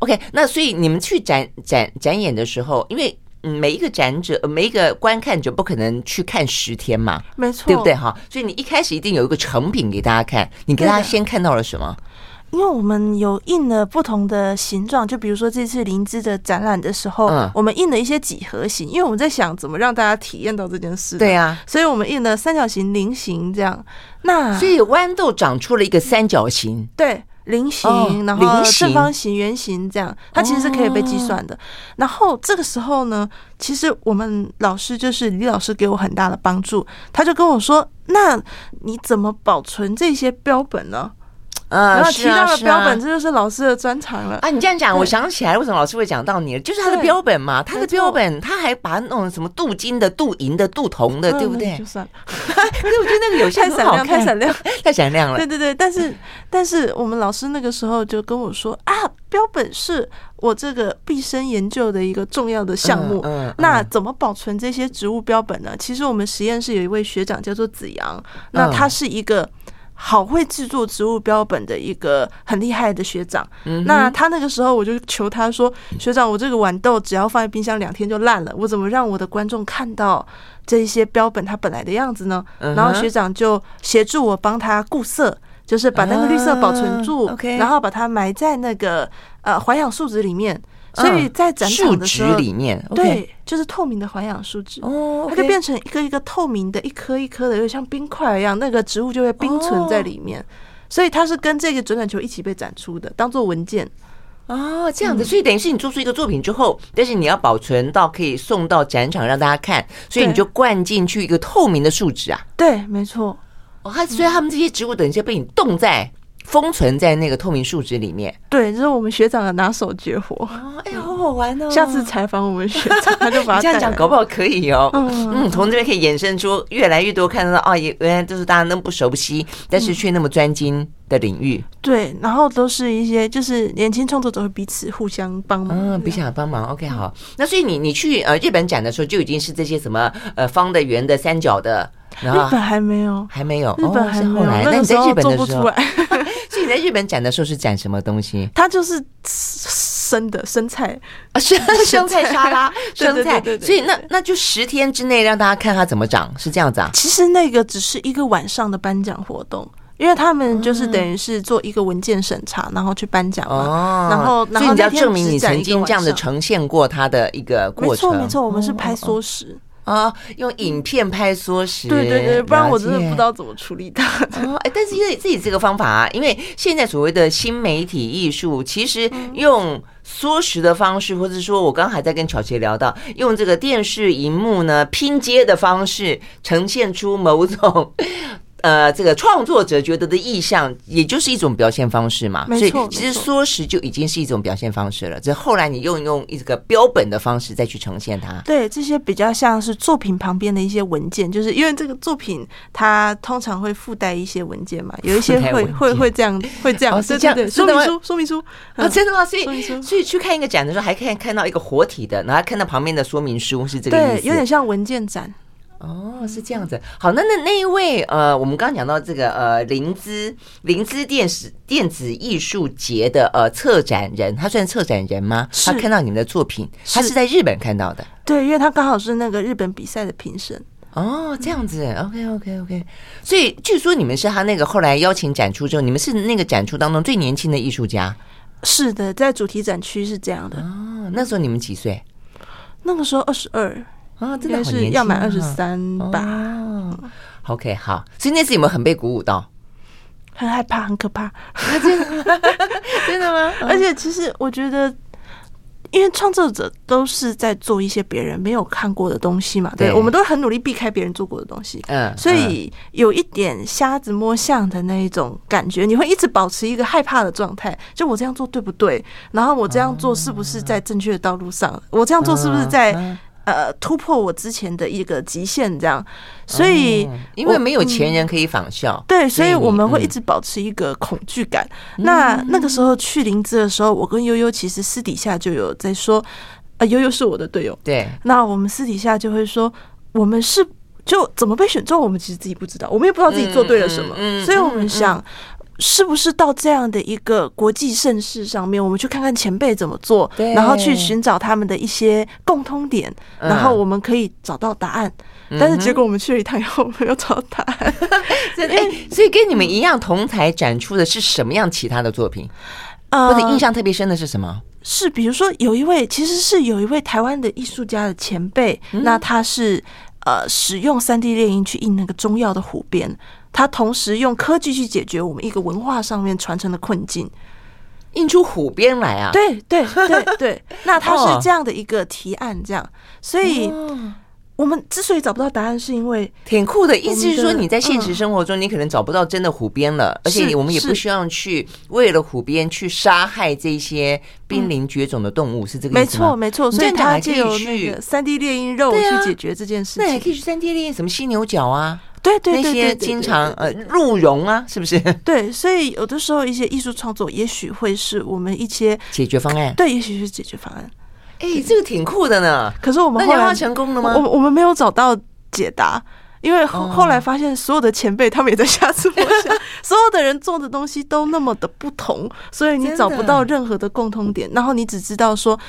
[SPEAKER 1] OK，那所以你们去展展展演的时候，因为。嗯每一个展者，呃每一个观看者不可能去看十天嘛，
[SPEAKER 2] 没错，
[SPEAKER 1] 对不对？哈？所以你一开始一定有一个成品给大家看，你给大家
[SPEAKER 2] 对的
[SPEAKER 1] 先看到了什么？
[SPEAKER 2] 因为我们有印了不同的形状，就比如说这次灵芝的展览的时候，
[SPEAKER 1] 嗯
[SPEAKER 2] 我们印了一些几何形，因为我们在想怎么让大家体验到这件事。
[SPEAKER 1] 对
[SPEAKER 2] 啊，
[SPEAKER 1] 啊，
[SPEAKER 2] 所以我们印了三角形、菱形这样。那
[SPEAKER 1] 所以豌豆长出了一个三角形，
[SPEAKER 2] 对，菱形，
[SPEAKER 1] 哦
[SPEAKER 2] 然后
[SPEAKER 1] 菱形哦
[SPEAKER 2] 正方形、圆形这样，它其实是可以被计算的。然后这个时候呢，其实我们老师就是李老师给我很大的帮助，他就跟我说：“那你怎么保存这些标本呢？”
[SPEAKER 1] 啊
[SPEAKER 2] 然后提
[SPEAKER 1] 是
[SPEAKER 2] 到
[SPEAKER 1] 啊
[SPEAKER 2] 了
[SPEAKER 1] 是
[SPEAKER 2] 标
[SPEAKER 1] 啊
[SPEAKER 2] 本，这就是老师的专长了。
[SPEAKER 1] 啊，你这样讲，
[SPEAKER 2] 对
[SPEAKER 1] 我想起来为什么老师会讲到你了，就是他的
[SPEAKER 2] 对
[SPEAKER 1] 标本嘛，他的
[SPEAKER 2] 没错
[SPEAKER 1] 标本，他还把那种什么镀金的、镀银的、镀铜的，
[SPEAKER 2] 嗯
[SPEAKER 1] 对不
[SPEAKER 2] 那
[SPEAKER 1] 对
[SPEAKER 2] 就？算了，
[SPEAKER 1] [LAUGHS] 可是我觉得那个有些
[SPEAKER 2] 太
[SPEAKER 1] 很
[SPEAKER 2] 闪
[SPEAKER 1] 好
[SPEAKER 2] 亮，
[SPEAKER 1] 看
[SPEAKER 2] 太，闪亮。
[SPEAKER 1] [LAUGHS] 太闪亮了
[SPEAKER 2] 对。对对，
[SPEAKER 1] [LAUGHS]
[SPEAKER 2] 但是但是我们老师那个时候就跟我说啊，标本是我这个毕生研究的一个重要的项目。
[SPEAKER 1] 嗯嗯嗯
[SPEAKER 2] 那怎么保存这些植物标本呢？其实我们实验室有一位学长叫做子阳，
[SPEAKER 1] 嗯
[SPEAKER 2] 那他是一个。好会制作植物标本的一个很厉害的学长，
[SPEAKER 1] 嗯
[SPEAKER 2] 那他那个时候我就求他说：“学长，我这个豌豆只要放在冰箱两天就烂了，我怎么让我的观众看到这一些标本它本来的样子呢？”
[SPEAKER 1] 嗯哼
[SPEAKER 2] 然后学长就协助我帮他固色，就是把那个绿色保存住，
[SPEAKER 1] 啊，OK
[SPEAKER 2] 然后把它埋在那个呃环氧树脂里面。所以在展
[SPEAKER 1] 啊树
[SPEAKER 2] 场的时
[SPEAKER 1] 脂
[SPEAKER 2] 候，
[SPEAKER 1] 里面，
[SPEAKER 2] 对，就是透明的环氧树脂。
[SPEAKER 1] 哦，
[SPEAKER 2] 它就变成一个一个透明的，一颗一颗的，有点像冰块一样，那个植物就会冰存在里面。所以它是跟这个转转球一起被展出的，当做文件。
[SPEAKER 1] 哦这
[SPEAKER 2] 嗯
[SPEAKER 1] 样子，所以等于是你做出一个作品之后，但是你要保存到可以送到展场让大家看，所以
[SPEAKER 2] 对嗯
[SPEAKER 1] 你就灌进去一个透明的树脂啊。
[SPEAKER 2] 对，没错，
[SPEAKER 1] 哦，它所以他们这些植物等于是被你冻在封存在那个透明树脂里面。
[SPEAKER 2] 对，这是我们学长的拿手绝活。
[SPEAKER 1] 哦，哎，好好玩哦！
[SPEAKER 2] 下次采访我们学长，他就把 [LAUGHS]
[SPEAKER 1] 你
[SPEAKER 2] 它
[SPEAKER 1] 这样
[SPEAKER 2] 带
[SPEAKER 1] 讲，
[SPEAKER 2] 来
[SPEAKER 1] 搞不好可以哦。
[SPEAKER 2] 嗯
[SPEAKER 1] 嗯，从这边可以衍生出越来越多看到哦，也原来就是大家那么不熟悉，但
[SPEAKER 2] 嗯
[SPEAKER 1] 是却那么专精的领域。
[SPEAKER 2] 对，然后都是一些就是年轻创作者会彼此互相帮忙。
[SPEAKER 1] 嗯，比想帮忙。OK，好。那所以你你去呃日本展的时候，就已经是这些什么呃方的、圆的、三角的，然
[SPEAKER 2] 日
[SPEAKER 1] 后
[SPEAKER 2] 本还没有，
[SPEAKER 1] 还没有，
[SPEAKER 2] 日本
[SPEAKER 1] 哦
[SPEAKER 2] 还
[SPEAKER 1] 是
[SPEAKER 2] 没
[SPEAKER 1] 后
[SPEAKER 2] 有，
[SPEAKER 1] 来。
[SPEAKER 2] 那
[SPEAKER 1] 那
[SPEAKER 2] 个
[SPEAKER 1] 你在
[SPEAKER 2] 时候
[SPEAKER 1] 日本
[SPEAKER 2] 做
[SPEAKER 1] 的
[SPEAKER 2] 不
[SPEAKER 1] 时
[SPEAKER 2] 出
[SPEAKER 1] 候，
[SPEAKER 2] 来。
[SPEAKER 1] [LAUGHS] 所以你在日本展的时候是展什么东
[SPEAKER 2] [LAUGHS]
[SPEAKER 1] 西？
[SPEAKER 2] 它就是生的生菜，
[SPEAKER 1] 啊，生 [LAUGHS] 生菜沙拉，
[SPEAKER 2] [LAUGHS] 对
[SPEAKER 1] 生
[SPEAKER 2] 对
[SPEAKER 1] 菜
[SPEAKER 2] 对对。对
[SPEAKER 1] 所以那那就十天之内让大家看它怎么长，是这样子啊？
[SPEAKER 2] 其实那个只是一个晚上的颁奖活动，因为他们就是等于是做一个文件审查，然后去颁奖嘛。
[SPEAKER 1] 嗯哦，
[SPEAKER 2] 然
[SPEAKER 1] 所
[SPEAKER 2] 后
[SPEAKER 1] 以你
[SPEAKER 2] 然后那
[SPEAKER 1] 要
[SPEAKER 2] 天
[SPEAKER 1] 证明
[SPEAKER 2] 只
[SPEAKER 1] 你
[SPEAKER 2] 展
[SPEAKER 1] 曾
[SPEAKER 2] 一个
[SPEAKER 1] 经这样的
[SPEAKER 2] 晚上
[SPEAKER 1] 呈现过它的一个
[SPEAKER 2] 没
[SPEAKER 1] 过程。
[SPEAKER 2] 错没错，我们是拍缩时，
[SPEAKER 1] 啊，用影片拍缩时。
[SPEAKER 2] 对对对，不然我真的
[SPEAKER 1] 了
[SPEAKER 2] 不
[SPEAKER 1] 解
[SPEAKER 2] 知道怎么处理它。
[SPEAKER 1] 哦，哎，但是因为自己这个方法啊，因为现在所谓的新媒体艺术，其实
[SPEAKER 2] 嗯
[SPEAKER 1] 用缩时的方式，或者说我刚刚还在跟巧杰聊到，用这个电视荧幕呢拼接的方式，呈现出某种。呃，这个创作者觉得的意象，也就是一种表现方式嘛。
[SPEAKER 2] 没
[SPEAKER 1] 所以
[SPEAKER 2] 错
[SPEAKER 1] 其实
[SPEAKER 2] 没错
[SPEAKER 1] 缩时就已经是一种表现方式了。这后来你用用一个标本的方式再去呈现它。
[SPEAKER 2] 对，这些比较像是作品旁边的一些文件，就是因为这个作品它通常会附带一些文件嘛，有一些
[SPEAKER 1] 附带
[SPEAKER 2] 会
[SPEAKER 1] 文件
[SPEAKER 2] 会会这
[SPEAKER 1] [LAUGHS]
[SPEAKER 2] 样会这样，
[SPEAKER 1] 哦
[SPEAKER 2] 对
[SPEAKER 1] 是这
[SPEAKER 2] 对
[SPEAKER 1] 样
[SPEAKER 2] 对，
[SPEAKER 1] 真
[SPEAKER 2] 说
[SPEAKER 1] 的
[SPEAKER 2] 明
[SPEAKER 1] 吗
[SPEAKER 2] 书说明书
[SPEAKER 1] 啊，
[SPEAKER 2] 嗯
[SPEAKER 1] 真的吗？所以
[SPEAKER 2] 说明书
[SPEAKER 1] 所以去看一个展的时候，还可以看到一个活体的，然后还看到旁边的说明书，是这个意
[SPEAKER 2] 对，
[SPEAKER 1] 思。
[SPEAKER 2] 有点像文件展。
[SPEAKER 1] 哦，是这样子。好，那那那一位呃，我们刚刚讲到这个呃，灵芝灵芝电子电子艺术节的呃策展人，他算策展人吗？
[SPEAKER 2] 是
[SPEAKER 1] 他看到你们的作品，他
[SPEAKER 2] 是
[SPEAKER 1] 是在日本看到的。
[SPEAKER 2] 对，因为他刚好是那个日本比赛的评审，
[SPEAKER 1] 哦，这样子，OK OK OK。所以据说你们是他那个后来邀请展出之后，你们是那个展出当中最年轻的艺术家。
[SPEAKER 2] 是的，在主题展区是这样的。
[SPEAKER 1] 哦，那时候你们几岁？
[SPEAKER 2] 那个时候二十二，
[SPEAKER 1] 啊，
[SPEAKER 2] 应
[SPEAKER 1] 真的
[SPEAKER 2] 该
[SPEAKER 1] 好
[SPEAKER 2] 是
[SPEAKER 1] 年轻、
[SPEAKER 2] 要满二十。三吧，
[SPEAKER 1] 哦，OK，好。所以那次有没有很被鼓舞
[SPEAKER 2] [LAUGHS]
[SPEAKER 1] 到？
[SPEAKER 2] 很害怕，很可怕。
[SPEAKER 1] 嗯真的吗？
[SPEAKER 2] 而且其实我觉得，因为创作者都是在做一些别人没有看过的东西嘛，对，
[SPEAKER 1] 对
[SPEAKER 2] 我们都很努力避开别人做过的东西。
[SPEAKER 1] 嗯，
[SPEAKER 2] 所以有一点瞎子摸象的那一种感觉，你会一直保持一个害怕的状态，就我这样做对不对？然后我这样做是不是在正确的道路上？我这样做是不是在
[SPEAKER 1] 嗯
[SPEAKER 2] 呃突破我之前的一个极限？这样，所以
[SPEAKER 1] 嗯因为
[SPEAKER 2] 我
[SPEAKER 1] 没有前人可以仿效，
[SPEAKER 2] 对，所以
[SPEAKER 1] 你
[SPEAKER 2] 我们会一
[SPEAKER 1] 嗯
[SPEAKER 2] 直保持一个恐惧感。那那个时候去林芝的时候，我跟悠悠其实私底下就有在说，呃，悠悠是我的队友，
[SPEAKER 1] 对，
[SPEAKER 2] 那我们私底下就会说，我们是就怎么被选中，我们其实自己不知道，我们也不知道自己做对了什么，
[SPEAKER 1] 嗯嗯嗯嗯嗯
[SPEAKER 2] 所以我们想。是不是到这样的一个国际盛事上面，我们去看看前辈怎么做，
[SPEAKER 1] 对
[SPEAKER 2] 然后去寻找他们的一些共通点，
[SPEAKER 1] 嗯
[SPEAKER 2] 然后我们可以找到答案。但是结果我们去了一趟以后，我们又找到答案。
[SPEAKER 1] 真的哎、所以跟你们一样同台展出的是什么样其他的作品，
[SPEAKER 2] 呃
[SPEAKER 1] 或者印象特别深的是什么？
[SPEAKER 2] 是，比如说有一位，其实是有一位台湾的艺术家的前辈，
[SPEAKER 1] 嗯
[SPEAKER 2] 那他是呃使用三 D 猎鹰去印那个中药的虎鞭，他同时用科技去解决我们一个文化上面传承的困境。
[SPEAKER 1] 印出虎鞭来啊？，
[SPEAKER 2] 对对
[SPEAKER 1] [LAUGHS]
[SPEAKER 2] 对对，那他
[SPEAKER 1] 哦
[SPEAKER 2] 是这样的一个提案，这样，所以我们之所以找不到答案，是因为
[SPEAKER 1] 挺酷的。意思是
[SPEAKER 2] 我
[SPEAKER 1] 说
[SPEAKER 2] 们的
[SPEAKER 1] 你在现实生活中，你可能找不到真的嗯虎鞭了，而且
[SPEAKER 2] 是
[SPEAKER 1] 我们也
[SPEAKER 2] 是
[SPEAKER 1] 不需要去为了虎鞭去杀害这些濒临绝种的动物，是这个
[SPEAKER 2] 没
[SPEAKER 1] 意思吗？
[SPEAKER 2] 错没错，
[SPEAKER 1] 你
[SPEAKER 2] 所以
[SPEAKER 1] 这样讲
[SPEAKER 2] 他
[SPEAKER 1] 还可以
[SPEAKER 2] 借由那
[SPEAKER 1] 去
[SPEAKER 2] 个三 D 猎鹰肉
[SPEAKER 1] 对啊
[SPEAKER 2] 去解决这件事
[SPEAKER 1] 那还
[SPEAKER 2] 情。
[SPEAKER 1] 可以去三 D 练什么犀牛角啊，
[SPEAKER 2] 对对对
[SPEAKER 1] 那
[SPEAKER 2] 对
[SPEAKER 1] 些
[SPEAKER 2] 对，
[SPEAKER 1] 经
[SPEAKER 2] 对
[SPEAKER 1] 常呃鹿茸啊，是不 [LAUGHS] 是
[SPEAKER 2] 对，所以有的时候一些艺术创作，也许会是我们一些
[SPEAKER 1] 解决方案？
[SPEAKER 2] 对，也许是解决方案。
[SPEAKER 1] 哎、这个挺酷的呢。
[SPEAKER 2] 可是我们
[SPEAKER 1] 那
[SPEAKER 2] 后
[SPEAKER 1] 你
[SPEAKER 2] 来
[SPEAKER 1] 画成功了吗？
[SPEAKER 2] 我我们没有找到解答，因为后、
[SPEAKER 1] 哦
[SPEAKER 2] 后来发现所有的前辈他们也在下次
[SPEAKER 1] [LAUGHS]
[SPEAKER 2] 摸象，所有的人做的东西都那么的不同，所以你
[SPEAKER 1] 真
[SPEAKER 2] 找
[SPEAKER 1] 的
[SPEAKER 2] 不到任何的共通点，然后你只知道说，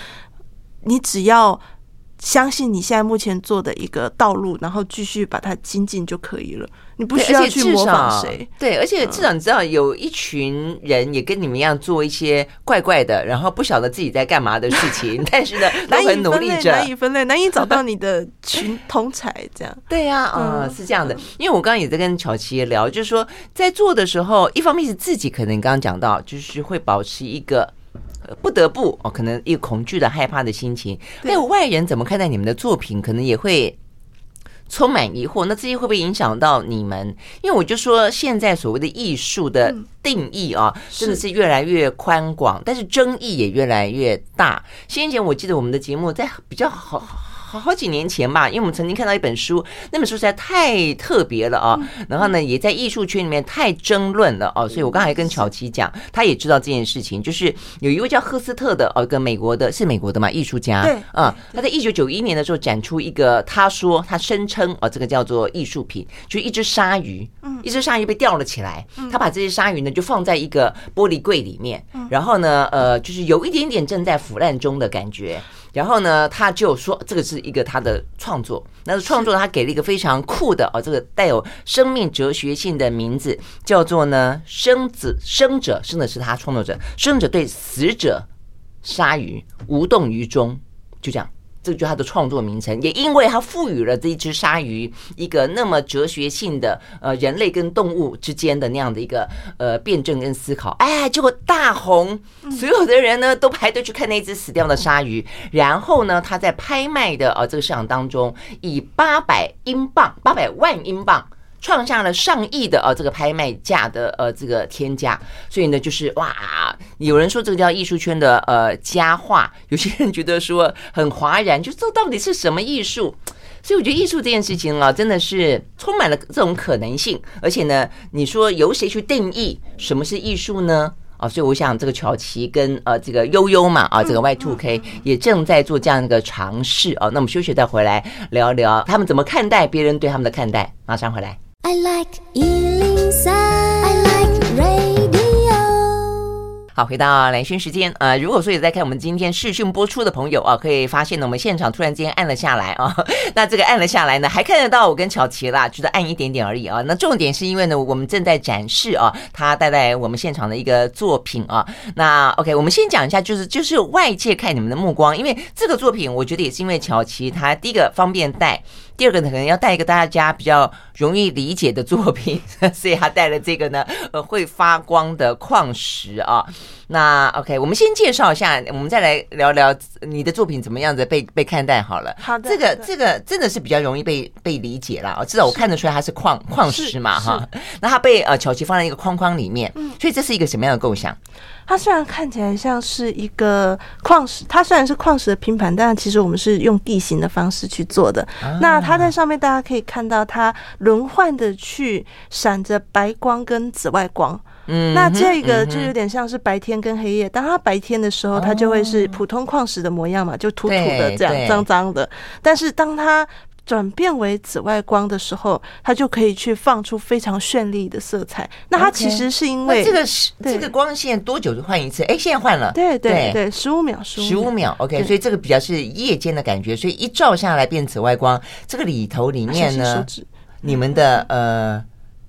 [SPEAKER 2] 你只要。相信你现在目前做的一个道路，然后继续把它精进就可以了。你不
[SPEAKER 1] 对而
[SPEAKER 2] 需要
[SPEAKER 1] 且
[SPEAKER 2] 去
[SPEAKER 1] 至
[SPEAKER 2] 模仿
[SPEAKER 1] 少
[SPEAKER 2] 谁。嗯
[SPEAKER 1] 对，而且至少你知道有一群人也跟你们一样做一些怪怪的，然后不晓得自己在干嘛的事
[SPEAKER 2] [LAUGHS]
[SPEAKER 1] 情，但是呢，都
[SPEAKER 2] 难以
[SPEAKER 1] 很努
[SPEAKER 2] 分
[SPEAKER 1] 力
[SPEAKER 2] 类，
[SPEAKER 1] 着。
[SPEAKER 2] 难以分类，难以找到
[SPEAKER 1] [LAUGHS]
[SPEAKER 2] 你的群同才这样。
[SPEAKER 1] 对呀、啊，
[SPEAKER 2] 嗯
[SPEAKER 1] 是这样的，因为我刚刚也在跟巧琪聊，就是说在做的时候，一方面是自己可能刚刚讲到，就是会保持一个。呃不得不哦，可能一个恐惧的、害怕的心情。
[SPEAKER 2] 对
[SPEAKER 1] 那外人怎么看待你们的作品，可能也会充满疑惑。那这些会不会影响到你们？因为我就说，现在所谓的艺术的定义啊，真的是越来越宽广，但是争议也越来越大。先前我记得我们的节目在比较好。好好几年前吧，因为我们曾经看到一本书，那本书实在太特别了啊。然后呢，也在艺术圈里面太争论了哦、所以我刚才跟巧琪讲，他也知道这件事情，就是有一位叫赫斯特的哦，一个美国的，是美国的嘛艺术家，
[SPEAKER 2] 对
[SPEAKER 1] 嗯，他在一九九一年的时候展出一个，他说他声称哦，这个叫做艺术品，就一只鲨鱼，一只鲨鱼被吊了起来，他把这只鲨鱼呢就放在一个玻璃柜里面，然后呢，呃，就是有一点点正在腐烂中的感觉。然后呢，他就说这个是一个他的创作，那个创作他给了一个非常酷的哦，这个带有生命哲学性的名字，叫做呢生子生者，生的是他创作者，生者对死者鲨鱼无动于衷，就这样。这就是他的创作名称，也因为他赋予了这一只鲨鱼一个那么哲学性的呃人类跟动物之间的那样的一个呃辩证跟思考，哎，结果大红，所有的人呢都排队去看那只死掉的鲨鱼，然后呢他在拍卖的呃这个市场当中以八百英镑、八百万英镑。创下了上亿的呃这个拍卖价的呃这个天价，所以呢就是哇，有人说这个叫艺术圈的呃佳话，有些人觉得说很哗然，就这到底是什么艺术？所以我觉得艺术这件事情啊，真的是充满了这种可能性，而且呢，你说由谁去定义什么是艺术呢？啊，所以我想这个乔琪跟呃这个悠悠嘛啊，这个 Y Two K 也正在做这样一个尝试啊。那我们休息再回来聊聊他们怎么看待别人对他们的看待，马上回来。
[SPEAKER 3] I like Ealing Sound. I like radio.
[SPEAKER 1] 好，回到蓝轩时间，呃，如果说有在看我们今天视讯播出的朋友啊，可以发现呢，我们现场突然之间按了下来啊， [LAUGHS] 那这个按了下来呢，还看得到我跟巧琪啦，就是按一点点而已啊。那重点是因为呢，我们正在展示啊，他带来我们现场的一个作品啊。那 OK，我们先讲一下，就是就是外界看你们的目光，因为这个作品，我觉得也是因为巧琪她第一个方便带。第二个呢，可能要带一个大家比较容易理解的作品， [LAUGHS] 所以他带了这个呢，呃，会发光的矿石啊。那 OK，我们先介绍一下，我们再来聊聊你的作品怎么样子被被看待好了。
[SPEAKER 2] 好的
[SPEAKER 1] 这
[SPEAKER 2] 好
[SPEAKER 1] 个
[SPEAKER 2] 的
[SPEAKER 1] 这个真的是比较容易被被理解啦，哦至少我看得出来它是矿矿石嘛
[SPEAKER 2] 是嗯
[SPEAKER 1] 哈。那它被呃巧琪放在一个框框里面，所以这是一个什么样的构想？
[SPEAKER 2] 它虽然看起来像是一个矿石，它虽然是矿石的拼盘，但其实我们是用地形的方式去做的。
[SPEAKER 1] 啊
[SPEAKER 2] 那它在上面大家可以看到，它轮换的去闪着白光跟紫外光。
[SPEAKER 1] 嗯
[SPEAKER 2] 那这个就有点像是白天跟黑夜。当它白天的时候，它就会是
[SPEAKER 1] 哦
[SPEAKER 2] 普通矿石的模样嘛，就土土的
[SPEAKER 1] 对
[SPEAKER 2] 这
[SPEAKER 1] 对
[SPEAKER 2] 样脏脏的。但是当它转变为紫外光的时候，它就可以去放出非常绚丽的色彩。那它
[SPEAKER 1] OK
[SPEAKER 2] 其实是因
[SPEAKER 1] 那
[SPEAKER 2] 为
[SPEAKER 1] 这个是
[SPEAKER 2] 对
[SPEAKER 1] 这个光线多久就换一次？哎，现在换了，
[SPEAKER 2] 对对对，十五秒，
[SPEAKER 1] 十
[SPEAKER 2] 十
[SPEAKER 1] 五。秒，OK，
[SPEAKER 2] 对
[SPEAKER 1] 所以这个比较是夜间的感觉，所以一照下来变紫外光，这个里头里面
[SPEAKER 2] 啊是手
[SPEAKER 1] 呢，
[SPEAKER 2] 指
[SPEAKER 1] 你们的呃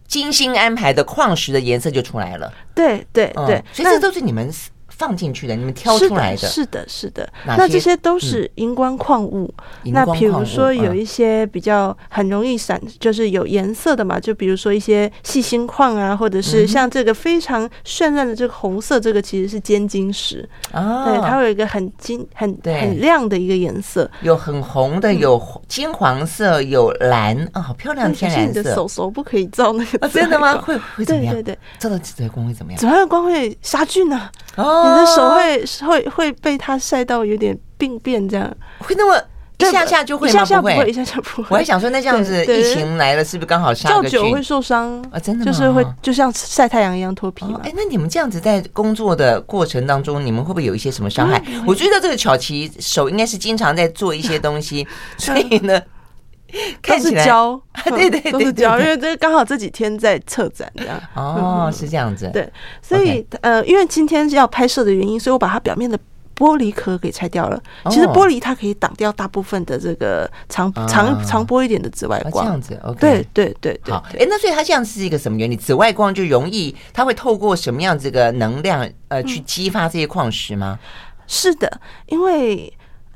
[SPEAKER 1] 精心安排的矿石的颜色就出来了，
[SPEAKER 2] 对对
[SPEAKER 1] 嗯
[SPEAKER 2] 对，
[SPEAKER 1] 所以
[SPEAKER 2] 那
[SPEAKER 1] 这都是你们放进去的，你们挑
[SPEAKER 2] 是
[SPEAKER 1] 出来的，
[SPEAKER 2] 是的，是的。
[SPEAKER 1] 哪
[SPEAKER 2] 那
[SPEAKER 1] 些嗯
[SPEAKER 2] 这些都是荧光矿物。
[SPEAKER 1] 荧
[SPEAKER 2] 那
[SPEAKER 1] 光
[SPEAKER 2] 比
[SPEAKER 1] 矿
[SPEAKER 2] 如
[SPEAKER 1] 物
[SPEAKER 2] 说有
[SPEAKER 1] 嗯
[SPEAKER 2] 一些比较很容易闪，就是有颜色的嘛，就比如说一些细心矿啊，或者
[SPEAKER 1] 嗯
[SPEAKER 2] 是像这个非常绚烂的这个红色，这个其实是尖晶石，
[SPEAKER 1] 啊，
[SPEAKER 2] 对，它会有一个很金、很
[SPEAKER 1] 对
[SPEAKER 2] 很亮的一个颜色。
[SPEAKER 1] 有很红
[SPEAKER 2] 嗯
[SPEAKER 1] 的，有金黄色，有蓝啊，好漂亮，
[SPEAKER 2] 但
[SPEAKER 1] 天
[SPEAKER 2] 哎是你
[SPEAKER 1] 然
[SPEAKER 2] 的
[SPEAKER 1] 色
[SPEAKER 2] 手手不可以照那个
[SPEAKER 1] 啊，
[SPEAKER 2] 紫外
[SPEAKER 1] 真的吗？
[SPEAKER 2] 光？
[SPEAKER 1] 会会怎么
[SPEAKER 2] 对
[SPEAKER 1] 样
[SPEAKER 2] 对？对，
[SPEAKER 1] 照到紫外光会怎么样？
[SPEAKER 2] 紫外光会杀菌啊呢、
[SPEAKER 1] 哦
[SPEAKER 2] 你的手会会会被它晒到有点病变这样，
[SPEAKER 1] 会那么一下下就会
[SPEAKER 2] 一
[SPEAKER 1] 吗？
[SPEAKER 2] 下下
[SPEAKER 1] 不
[SPEAKER 2] 会，一
[SPEAKER 1] 会。
[SPEAKER 2] 下下不
[SPEAKER 1] 我还
[SPEAKER 2] 会。
[SPEAKER 1] 想说，那这样子
[SPEAKER 2] 对对
[SPEAKER 1] 疫情来了，是不是刚好杀
[SPEAKER 2] 较
[SPEAKER 1] 个
[SPEAKER 2] 久
[SPEAKER 1] 菌
[SPEAKER 2] 会？受伤
[SPEAKER 1] 啊真的吗
[SPEAKER 2] 就是会就像晒太阳一样脱皮
[SPEAKER 1] 哦
[SPEAKER 2] 嘛。
[SPEAKER 1] 哎、那你们这样子在工作的过程当中，你们会不会有一些什么伤害？我觉得这个巧琪手应该是经常在做一些东
[SPEAKER 2] [LAUGHS]
[SPEAKER 1] 西，所以呢，看
[SPEAKER 2] 都
[SPEAKER 1] 起
[SPEAKER 2] 是
[SPEAKER 1] 来，
[SPEAKER 2] 胶
[SPEAKER 1] [LAUGHS]
[SPEAKER 2] 嗯
[SPEAKER 1] 对对对
[SPEAKER 2] 都
[SPEAKER 1] 对
[SPEAKER 2] 是胶，
[SPEAKER 1] 对
[SPEAKER 2] 因为这刚好这几天在策展这
[SPEAKER 1] [LAUGHS]
[SPEAKER 2] 样。
[SPEAKER 1] 哦，是这样子，
[SPEAKER 2] 嗯对，所以呃，因为今天要拍摄的原因，所以我把它表面的玻璃壳给拆掉了。
[SPEAKER 1] 哦
[SPEAKER 2] 其实玻璃它可以挡掉大部分的这个长
[SPEAKER 1] 啊
[SPEAKER 2] 长长波一点的紫外
[SPEAKER 1] 啊，这
[SPEAKER 2] 光
[SPEAKER 1] 样。子，OK，
[SPEAKER 2] 对对对对
[SPEAKER 1] 好，哎、那所以它这样是一个什么原理？紫外光就容易，它会透过什么样子的能量，呃，去激发这些矿石吗？
[SPEAKER 2] 是的，因为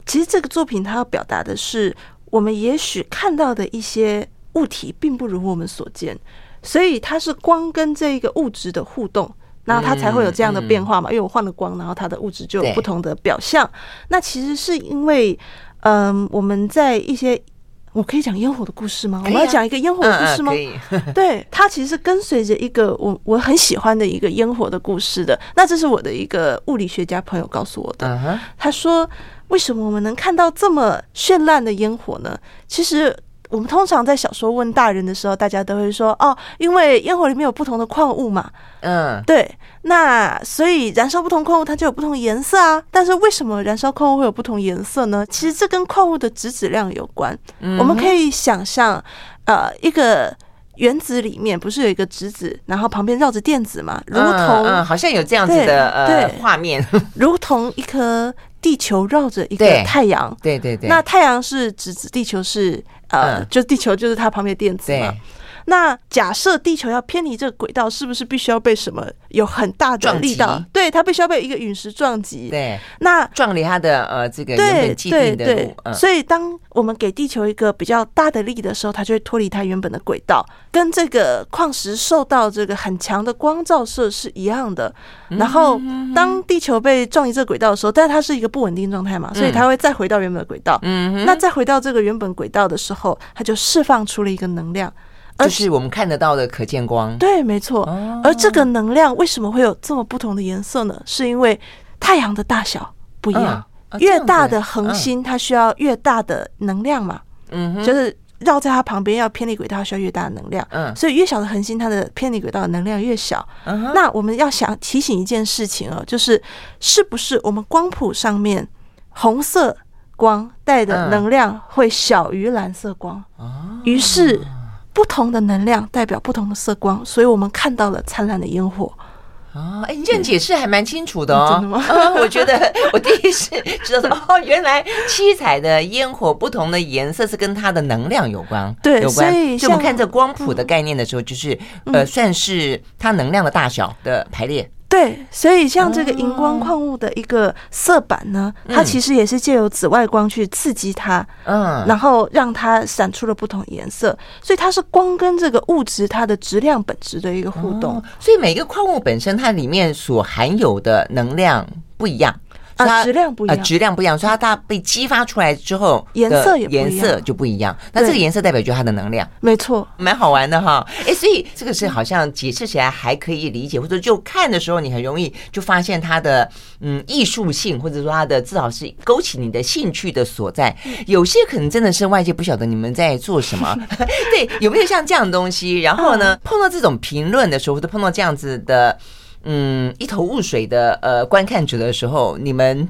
[SPEAKER 2] 其实这个作品它要表达的是，我们也许看到的一些物体并不如我们所见，所以它是光跟这个物质的互动。然后它才会有这样的变
[SPEAKER 1] 嗯
[SPEAKER 2] 化嘛，因为我换了光，然后它的物质就有不同的表象。那其实是因为，嗯，我们在一些我可以讲烟火的故事吗？
[SPEAKER 1] 可
[SPEAKER 2] 我
[SPEAKER 1] 以啊嗯
[SPEAKER 2] 们要讲一个烟火的故事哦吗？
[SPEAKER 1] 可以，
[SPEAKER 2] [LAUGHS] 对，它其实跟随着一个我我很喜欢的一个烟火的故事的。那这是我的一个物理学家朋友告诉我的。
[SPEAKER 1] 嗯哼，
[SPEAKER 2] 他说：“为什么我们能看到这么绚烂的烟火呢？”其实。我们通常在小时候问大人的时候，大家都会说：“哦，因为烟火里面有不同的矿物嘛，
[SPEAKER 1] 嗯，
[SPEAKER 2] 对，那所以燃烧不同矿物，它就有不同颜色啊。但是为什么燃烧矿物会有不同颜色呢？其实这跟矿物的质子量有关。
[SPEAKER 1] 嗯
[SPEAKER 2] 我们可以想象，呃，一个原子里面不是有一个质子，然后旁边绕着电子嘛，如同、
[SPEAKER 1] 嗯嗯，好像有这样子
[SPEAKER 2] 对
[SPEAKER 1] 的呃
[SPEAKER 2] 对
[SPEAKER 1] 画
[SPEAKER 2] [LAUGHS]
[SPEAKER 1] 面，
[SPEAKER 2] 如同一颗地球绕着一
[SPEAKER 1] 对
[SPEAKER 2] 个太阳。
[SPEAKER 1] 对对对，
[SPEAKER 2] 那太阳是质子，地球是呃，
[SPEAKER 1] 嗯
[SPEAKER 2] 就地球就是它旁边的电子嘛
[SPEAKER 1] 对。
[SPEAKER 2] 那假设地球要偏离这个轨道，是不是必须要被什么有很大的
[SPEAKER 1] 撞击
[SPEAKER 2] 力道？对，它必须要被一个陨石撞击。
[SPEAKER 1] 对
[SPEAKER 2] 那
[SPEAKER 1] 撞离它的呃这个原
[SPEAKER 2] 对
[SPEAKER 1] 本既定
[SPEAKER 2] 对
[SPEAKER 1] 的
[SPEAKER 2] 对
[SPEAKER 1] 路，，嗯
[SPEAKER 2] 所以当我们给地球一个比较大的力的时候，它就会脱离它原本的轨道，跟这个矿石受到这个很强的光照射是一样的。
[SPEAKER 1] 嗯
[SPEAKER 2] 然后当地球被撞离这个轨道的时候，但是它是一个不稳定状态嘛，所以它会再回到原本的轨道。
[SPEAKER 1] 嗯哼，
[SPEAKER 2] 那再回到这个原本轨道的时候，它就释放出了一个能量，而
[SPEAKER 1] 就是哦我们看得到的可见光，
[SPEAKER 2] 对，没错。而这个能量为什么会有这么不同的颜色呢？是因为太阳的大小不一样，
[SPEAKER 1] 嗯啊
[SPEAKER 2] 越
[SPEAKER 1] 这样
[SPEAKER 2] 大
[SPEAKER 1] 子
[SPEAKER 2] 的恒星它需要越大的能量嘛，
[SPEAKER 1] 嗯哼，
[SPEAKER 2] 就是绕在它旁边要偏离轨道它需要越大的能量。
[SPEAKER 1] 嗯
[SPEAKER 2] 所以越小的恒星，它的偏离轨道的能量越小。
[SPEAKER 1] 嗯哼
[SPEAKER 2] 那我们要想提醒一件事情哦，就是是不是我们光谱上面红色光带的
[SPEAKER 1] 嗯啊
[SPEAKER 2] 能量会小于蓝色光？于是不同的能量代表不同的色光，所以我们看到了灿烂的烟火。
[SPEAKER 1] 哦，哎，你这样解释还蛮清楚 [LAUGHS] 的哦。
[SPEAKER 2] 真的吗
[SPEAKER 1] 嗯我觉得我第一次知道 [LAUGHS] 说，哦，原来七彩的烟火不同的颜色是跟它的能量有关，
[SPEAKER 2] 对
[SPEAKER 1] 有关。
[SPEAKER 2] 所以
[SPEAKER 1] 就我们
[SPEAKER 2] 像
[SPEAKER 1] 看这光谱的概念的时候，就是、呃，算是它能量的大小的排列。
[SPEAKER 2] 对，所以像这个荧光矿物的一个色板呢，它
[SPEAKER 1] 嗯
[SPEAKER 2] 其实也是借由紫外光去刺激它，
[SPEAKER 1] 嗯，
[SPEAKER 2] 然后让它闪出了不同颜色，所以它是光跟这个物质它的质量本质的一个互动。
[SPEAKER 1] 哦所以每个矿物本身它里面所含有的能量不一样。所以它
[SPEAKER 2] 啊，质量不一
[SPEAKER 1] 呃
[SPEAKER 2] 样，
[SPEAKER 1] 质量不一样，所以它它被激发出来之后的
[SPEAKER 2] 颜色也不一样
[SPEAKER 1] 颜色就不一样。那这
[SPEAKER 2] 对
[SPEAKER 1] 个颜色代表就是它的能量。
[SPEAKER 2] 没错，
[SPEAKER 1] 蛮好玩的哈，哎，所以这个是好像解释起来还可以理解，或者就看的时候你很容易就发现它的嗯艺术性，或者说它的至少是勾起你的兴趣的所在。
[SPEAKER 2] 嗯
[SPEAKER 1] 有些可能真的是外界不晓得你们在做什
[SPEAKER 2] [LAUGHS]
[SPEAKER 1] 么，对，有没有像这样的东西？然后
[SPEAKER 2] 嗯
[SPEAKER 1] 呢，碰到这种评论的时候，或者碰到这样子的。嗯，一头雾水的呃观看者的时候，你们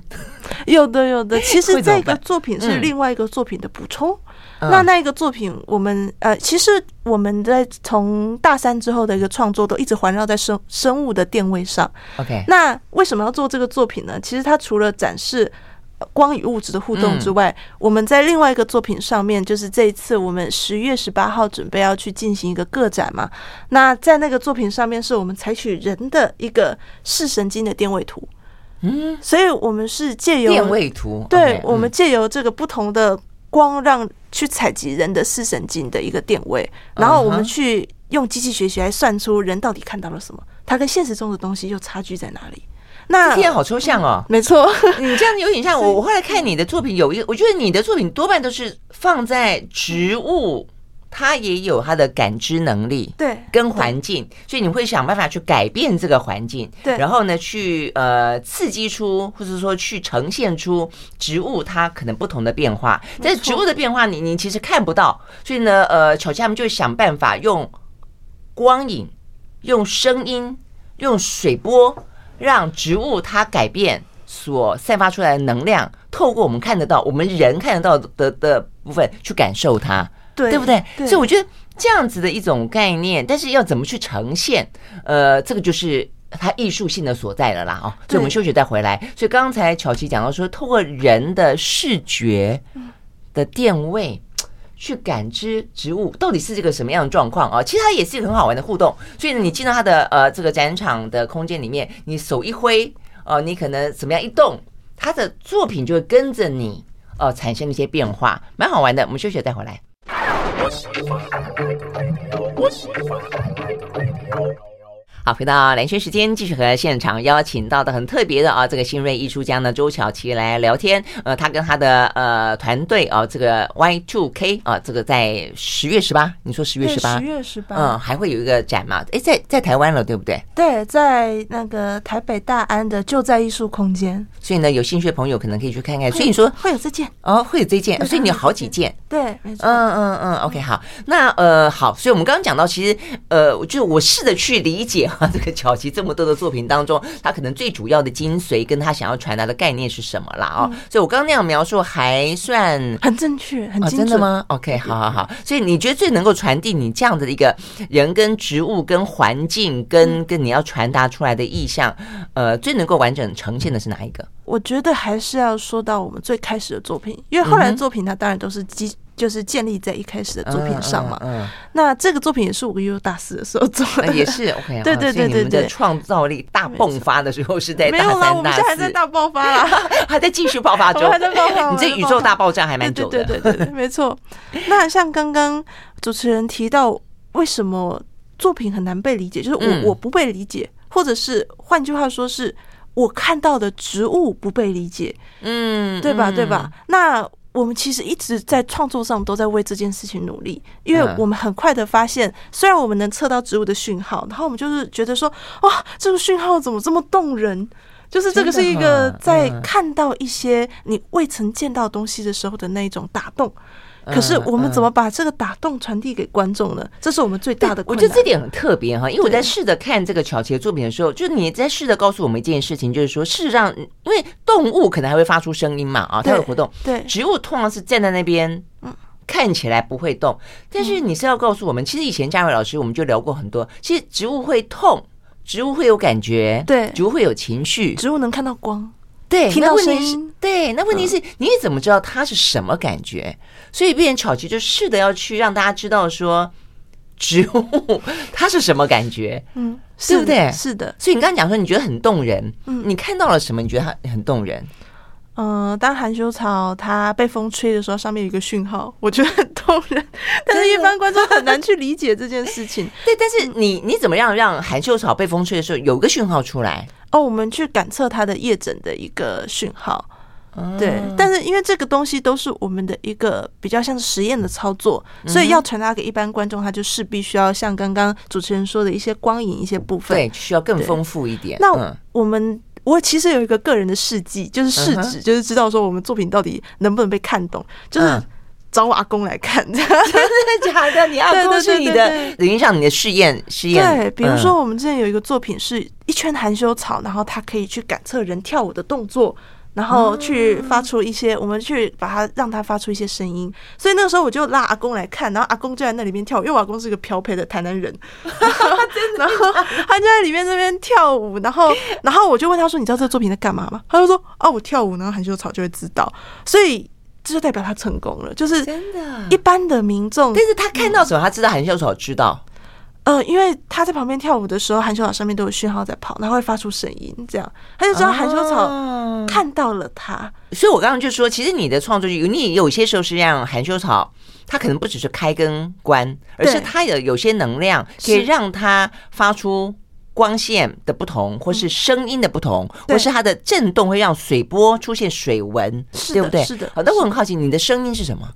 [SPEAKER 2] 有的有的。其实
[SPEAKER 1] 哎会怎么
[SPEAKER 2] 这个
[SPEAKER 1] 办
[SPEAKER 2] 作品是
[SPEAKER 1] 嗯
[SPEAKER 2] 另外一个作品的补充。
[SPEAKER 1] 嗯
[SPEAKER 2] 那那一个作品，我们呃，其实我们在从大三之后的一个创作，都一直环绕在生生物的定位上。
[SPEAKER 1] OK，
[SPEAKER 2] 那为什么要做这个作品呢？其实它除了展示呃光与物质的互
[SPEAKER 1] 嗯
[SPEAKER 2] 动之外，我们在另外一个作品上面，就是这一次我们十月十八号准备要去进行一个个展嘛。那在那个作品上面，是我们采取人的一个视神经的电位图。嗯，所以我们是借由
[SPEAKER 1] 电位图，
[SPEAKER 2] 对
[SPEAKER 1] OK，
[SPEAKER 2] 我
[SPEAKER 1] 嗯
[SPEAKER 2] 们借由这个不同的光，让去采集人的视神经的一个电位，然后我
[SPEAKER 1] 嗯
[SPEAKER 2] 们
[SPEAKER 1] 哼
[SPEAKER 2] 去用机器学习来算出人到底看到了什么，它跟现实中的东西又差距在哪里。那
[SPEAKER 1] 天啊好抽象哦，
[SPEAKER 2] 没错，
[SPEAKER 1] [LAUGHS] 你这样有点像我。我后来看你的作品，有一个，我觉得你的作品多半都是放在植物，它也有它的感知能力。
[SPEAKER 2] [LAUGHS] 对，
[SPEAKER 1] 跟环境，所以你会想办法去改变这个环境，
[SPEAKER 2] 对
[SPEAKER 1] 然后呢，去呃刺激出，或者说去呈现出植物它可能不同的变化。但是植物的变化你，你其实看不到，所以呢，呃，巧匠们就想办法用光影、用声音、用水波，让植物它改变所散发出来的能量，透过我们看得到、我们人看得到的的的部分去感受它。
[SPEAKER 2] 对，
[SPEAKER 1] 对不对？
[SPEAKER 2] 对，
[SPEAKER 1] 所以我觉得这样子的一种概念，但是要怎么去呈现，呃，这个就是。它艺术性的所在了啦，哦，所以
[SPEAKER 2] 对
[SPEAKER 1] 我们休息再回来。所以刚才巧琪讲到说，透过人的视觉的电位去感知植物到底是这个什么样的状况啊，其实它也是一个很好玩的互动。所以呢，你进到它的呃这个展场的空间里面，你手一挥，呃，你可能怎么样一动，它的作品就会跟着你呃产生一些变化，蛮好玩的。我们休息再回来。好，回到蓝轩时间，继续和现场邀请到的很特别的啊，这个新锐艺术家呢周巧琪来聊天。呃，他跟他的呃团队啊，这个 Y Two K 啊，这个在十月十八，你说十月十八
[SPEAKER 2] 十，月十八，
[SPEAKER 1] 嗯，还会有一个展嘛？诶，在在台湾了，对不对？
[SPEAKER 2] 对，在那个台北大安的就在艺术空间，嗯
[SPEAKER 1] 所以呢，有兴趣的朋友可能可以去看看。所以你说
[SPEAKER 2] 会有这件，
[SPEAKER 1] 哦，会有这件，
[SPEAKER 2] 对
[SPEAKER 1] 所以你有好几件。
[SPEAKER 2] 对，没错，
[SPEAKER 1] 嗯嗯嗯，OK，好，那呃好，所以我们刚刚讲到，其实呃，我就我试着去理解哈、这个巧琪这么多的作品当中，他可能最主要的精髓跟他想要传达的概念是什么啦哦，
[SPEAKER 2] 嗯
[SPEAKER 1] 所以我刚刚那样描述还算
[SPEAKER 2] 很正确，很
[SPEAKER 1] 哦，
[SPEAKER 2] 精
[SPEAKER 1] 真的
[SPEAKER 2] 准。
[SPEAKER 1] 吗？OK，好好好，所以你觉得最能够传递你这样的一个人跟植物跟环境
[SPEAKER 2] 嗯
[SPEAKER 1] 跟跟你要传达出来的意象，呃，最能够完整呈现的是哪一个？
[SPEAKER 2] 我觉得还是要说到我们最开始的作品，因为后来
[SPEAKER 1] 嗯哼
[SPEAKER 2] 的作品它当然都是基，就是建立在一开始的作品上嘛。
[SPEAKER 1] 嗯，嗯
[SPEAKER 2] 那这个作品也是我跟悠悠大师的时候做
[SPEAKER 1] 嗯
[SPEAKER 2] 的，
[SPEAKER 1] [LAUGHS] 呃也是
[SPEAKER 2] [LAUGHS]
[SPEAKER 1] OK，好
[SPEAKER 2] 对对
[SPEAKER 1] 所以
[SPEAKER 2] 对
[SPEAKER 1] 你
[SPEAKER 2] 对
[SPEAKER 1] 们的
[SPEAKER 2] 对
[SPEAKER 1] 创造力大迸发的时候是在
[SPEAKER 2] 没
[SPEAKER 1] 大
[SPEAKER 2] 有啦，我
[SPEAKER 1] 三、
[SPEAKER 2] 们
[SPEAKER 1] 大
[SPEAKER 2] 现在还在
[SPEAKER 1] 四，
[SPEAKER 2] 大爆发啦。
[SPEAKER 1] [LAUGHS] 还在继续爆发中
[SPEAKER 2] 我们还在爆
[SPEAKER 1] [LAUGHS]
[SPEAKER 2] 发，
[SPEAKER 1] 你这宇宙大爆炸还蛮久
[SPEAKER 2] 对
[SPEAKER 1] 的，
[SPEAKER 2] 对对对对，没错。那像刚刚主持人提到，为什么作品很难被理解，就是我、
[SPEAKER 1] 嗯
[SPEAKER 2] 我不被理解，或者是换句话说是我看到的植物不被理解，
[SPEAKER 1] 嗯，
[SPEAKER 2] 对吧？
[SPEAKER 1] 嗯
[SPEAKER 2] 对吧？？那我们其实一直在创作上都在为这件事情努力，因为
[SPEAKER 1] 嗯
[SPEAKER 2] 我们很快的发现，虽然我们能测到植物的讯号，然后我们就是觉得说，哇，这个讯号怎么这么动人？就是这个是一
[SPEAKER 1] 真的
[SPEAKER 2] 个
[SPEAKER 1] 哈
[SPEAKER 2] 在
[SPEAKER 1] 嗯
[SPEAKER 2] 看到一些你未曾见到东西的时候的那一种打动。
[SPEAKER 1] 嗯
[SPEAKER 2] 可是我们
[SPEAKER 1] 嗯
[SPEAKER 2] 怎么把这个打动传递给观众呢？这是我们最大的
[SPEAKER 1] 我
[SPEAKER 2] 困
[SPEAKER 1] 觉
[SPEAKER 2] 难。
[SPEAKER 1] 得这点很特别哈，因为我
[SPEAKER 2] 对
[SPEAKER 1] 在试着看这个巧琪的作品的时候，就是你在试着告诉我们一件事情，就是说，事实上，因为动物可能还会发出声音嘛，啊，它
[SPEAKER 2] 对
[SPEAKER 1] 有活动，
[SPEAKER 2] 对
[SPEAKER 1] 植物通常是站在那边，
[SPEAKER 2] 嗯
[SPEAKER 1] 看起来不会动，但是你是要告诉我们，其实以前嘉伟老师我们就聊过很多，其实植物会痛，植物会有感觉，
[SPEAKER 2] 对
[SPEAKER 1] 植物会有情绪，
[SPEAKER 2] 植物能看到光，
[SPEAKER 1] 对，
[SPEAKER 2] 听
[SPEAKER 1] 那
[SPEAKER 2] 到
[SPEAKER 1] 问题
[SPEAKER 2] 声
[SPEAKER 1] 是
[SPEAKER 2] 音嗯
[SPEAKER 1] 对，那问题是、你怎么知道它是什么感觉？所以，变成巧琪就试的要去让大家知道说，植物它是什么感觉。
[SPEAKER 2] 嗯，
[SPEAKER 1] 对不
[SPEAKER 2] 是的嗯
[SPEAKER 1] 对
[SPEAKER 2] 是的，
[SPEAKER 1] 所以你刚刚讲说你觉得很动人，你看到了什么？你觉得它很动人？
[SPEAKER 2] 呃，当含羞草它被风吹的时候，上面有一个讯号，我觉得很动人，但是一般观众很难去理解这件事情。
[SPEAKER 1] 对，但
[SPEAKER 2] 嗯
[SPEAKER 1] 是你你怎么样让含羞草被风吹的时候有一个讯号出来？
[SPEAKER 2] 哦，我们去感测它的叶枕的一个讯号，对
[SPEAKER 1] 嗯，
[SPEAKER 2] 但是因为这个东西都是我们的一个比较像是实验的操作，
[SPEAKER 1] 嗯
[SPEAKER 2] 所以要传达给一般观众，它就势必需要像刚刚主持人说的一些光影一些部分。
[SPEAKER 1] 对，需要更
[SPEAKER 2] 对
[SPEAKER 1] 丰富一点。
[SPEAKER 2] 那
[SPEAKER 1] 嗯
[SPEAKER 2] 我们。我其实有一个个人的事迹，就是试
[SPEAKER 1] 嗯
[SPEAKER 2] 纸，就是知道说我们作品到底能不能被看懂，就是
[SPEAKER 1] 嗯
[SPEAKER 2] 找我阿公来看这样。
[SPEAKER 1] 真的假 [LAUGHS] 的？你阿
[SPEAKER 2] 对对
[SPEAKER 1] 公是
[SPEAKER 2] 对
[SPEAKER 1] 你
[SPEAKER 2] 对
[SPEAKER 1] 的
[SPEAKER 2] 对，
[SPEAKER 1] 等于像你的试验试验。
[SPEAKER 2] 对，比如
[SPEAKER 1] 嗯
[SPEAKER 2] 说我们之前有一个作品是一圈含羞草，然后它可以去感测人跳舞的动作。然
[SPEAKER 1] 哦
[SPEAKER 2] 后去发出一些，我们去把它让它发出一些声音，所以那个时候我就拉阿公来看，然后阿公就在那里面跳舞，因为我阿公是一个漂配的台南
[SPEAKER 1] [LAUGHS]
[SPEAKER 2] 人，然后他就在里面那边跳舞，然后 [LAUGHS] 然后我就问他说：“你知道这个作品在干嘛吗？”他就说：“啊，我跳舞，然后含羞草就会知道。”所以这就代表他成功了，就是
[SPEAKER 1] 真的
[SPEAKER 2] 一般的民众
[SPEAKER 1] 嗯但是他看到什么？他知道含羞草知道。
[SPEAKER 2] 呃，因为他在旁边跳舞的时候，含羞草上面都有讯号在跑，然后会发出声音，这样他就知道含羞草
[SPEAKER 1] 哦
[SPEAKER 2] 看到了他。
[SPEAKER 1] 所以我刚刚就说，其实你的创作有你有些时候是让含羞草，它可能不只是开跟关，而是它有有些能量可以
[SPEAKER 2] 是
[SPEAKER 1] 让它发出。光线的不同，或是声音的不同，
[SPEAKER 2] 嗯对
[SPEAKER 1] 或是它的震动，会让水波出现水纹，
[SPEAKER 2] 是的
[SPEAKER 1] 对不对？
[SPEAKER 2] 是的
[SPEAKER 1] 好，那我很好奇，你的声音是什么？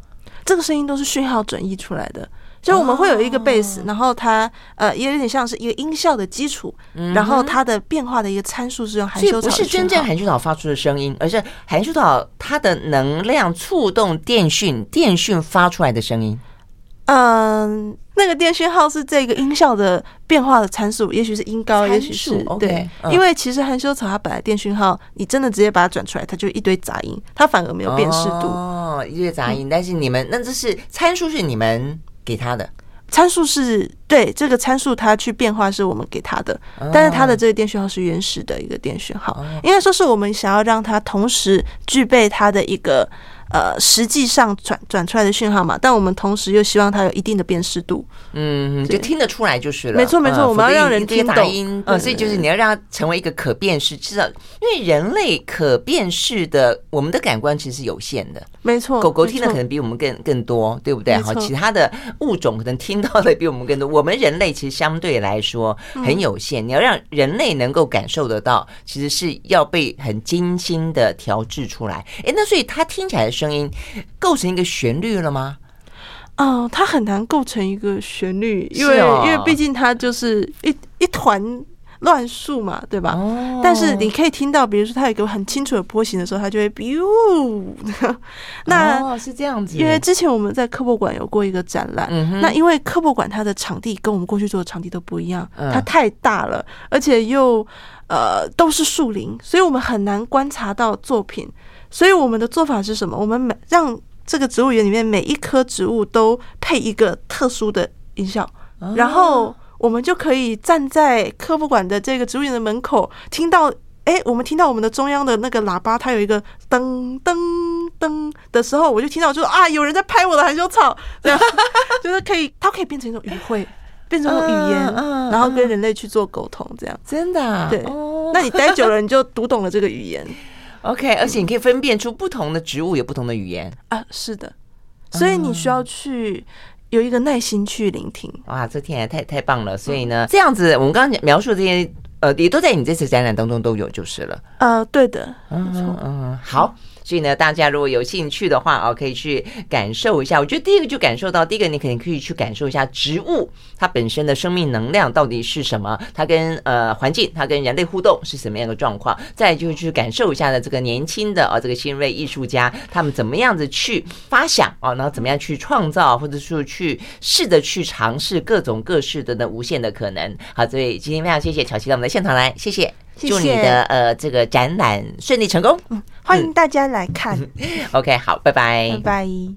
[SPEAKER 2] 这个声音都是讯号转译出来
[SPEAKER 1] 哦
[SPEAKER 2] 的。就我们会有一个贝斯，然后它呃也有点像是一个音效的基础，然后呃它的变化的一个参数是用含
[SPEAKER 1] 嗯所以
[SPEAKER 2] 羞
[SPEAKER 1] 不
[SPEAKER 2] 草
[SPEAKER 1] 是
[SPEAKER 2] 的讯
[SPEAKER 1] 真正
[SPEAKER 2] 号。
[SPEAKER 1] 含羞草发出的声音，而是含羞草它的能量触动电讯，电讯发出来的声音。
[SPEAKER 2] 嗯、那个电讯号是这个音效的变化的参数，也许是音高，
[SPEAKER 1] 参数
[SPEAKER 2] 也许是
[SPEAKER 1] OK，
[SPEAKER 2] 对
[SPEAKER 1] 嗯，
[SPEAKER 2] 因为其实含羞草它本来电讯号，你真的直接把它转出来，它就一堆杂音，它反而没有辨识度。嗯
[SPEAKER 1] 哦，一些杂音，但是你们那这是参数是你们给他的，
[SPEAKER 2] 参数是对这个参数，它去变化是我们给它的，但是它的这个电讯号是原始的一个电讯号，应该说是我们想要让它同时具备它的一个呃实际上转转出来的讯号嘛，但我们同时又希望它有一定的辨识度。
[SPEAKER 1] 嗯，就听得出来就是了。
[SPEAKER 2] 没错没错
[SPEAKER 1] 嗯
[SPEAKER 2] 我们要
[SPEAKER 1] 否则
[SPEAKER 2] 让人
[SPEAKER 1] 你这些
[SPEAKER 2] 听
[SPEAKER 1] 杂
[SPEAKER 2] 懂
[SPEAKER 1] 音，
[SPEAKER 2] 对
[SPEAKER 1] 嗯，所以就是你要让它成为一个可辨识，知道，因为人类可辨识的，我们的感官其实有限的。
[SPEAKER 2] 没错，
[SPEAKER 1] 狗狗
[SPEAKER 2] 没
[SPEAKER 1] 听的
[SPEAKER 2] 错
[SPEAKER 1] 可能比我们更更多，对不对？
[SPEAKER 2] 没
[SPEAKER 1] 好，
[SPEAKER 2] 错
[SPEAKER 1] 其他的物种可能听到的比我们更多。我们人类其实相对来说
[SPEAKER 2] 嗯
[SPEAKER 1] 很有限，你要让人类能够感受得到，其实是要被很精心的调制出来。诶，那所以它听起来的声音构成一个旋律了吗？
[SPEAKER 2] 哦、它很难构成一个旋律，因为、
[SPEAKER 1] 是哦
[SPEAKER 2] 因为毕竟它就是一一团乱数嘛，对吧？
[SPEAKER 1] 哦
[SPEAKER 2] 但是你可以听到，比如说它有一个很清楚的波形的时候，它就会 biu。那、
[SPEAKER 1] 哦是这样子，
[SPEAKER 2] 因为之前我们在科博馆有过一个展览，
[SPEAKER 1] 嗯哼
[SPEAKER 2] 那因为科博馆它的场地跟我们过去做的场地都不一样，
[SPEAKER 1] 嗯
[SPEAKER 2] 它太大了，而且又呃都是树林，所以我们很难观察到作品。所以我们的做法是什么？我们每让这个植物园里面每一棵植物都配一个特殊的音效，然后我们就可以站在科博馆的这个植物园的门口，听到诶，我们听到我们的中央的那个喇叭，它有一个噔噔噔的时候，我就听到就说啊，有人在拍我的含羞草，这样就是可以，它可以变成一种语汇，变成一种语言，
[SPEAKER 1] 嗯嗯
[SPEAKER 2] 然后跟人类去做沟通，这样。
[SPEAKER 1] 真的、啊、
[SPEAKER 2] 对
[SPEAKER 1] 哦、
[SPEAKER 2] 那你待久了，你就读懂了这个语言
[SPEAKER 1] OK，而且你可以分辨出不同的植物有不同的语言。
[SPEAKER 2] 啊，是的，所以你需要去有一个耐心去聆听。
[SPEAKER 1] 哇，这听起来太太棒了！所以
[SPEAKER 2] 嗯
[SPEAKER 1] 呢，这样子我们刚刚描述这些，呃，也都在你这次展览当中都有，就是了。
[SPEAKER 2] 呃，对的，
[SPEAKER 1] 嗯嗯嗯，好。所以呢，大家如果有兴趣的话哦，可以去感受一下。我觉得第一个就感受到，第一个你肯定可以去感受一下植物它本身的生命能量到底是什么，它跟呃环境、它跟人类互动是什么样的状况。再来就是去感受一下呢，这个年轻的哦，这个新锐艺术家他们怎么样子去发想哦，然后怎么样去创造，或者说去试着去尝试各种各式的呢无限的可能。好，所以今天非常谢谢巧琪到我们的现场来，谢谢，
[SPEAKER 2] 谢谢
[SPEAKER 1] 祝你的呃这个展览顺利成功。
[SPEAKER 2] 欢迎大家来看，
[SPEAKER 1] 嗯 OK，好，拜拜，
[SPEAKER 2] 拜拜。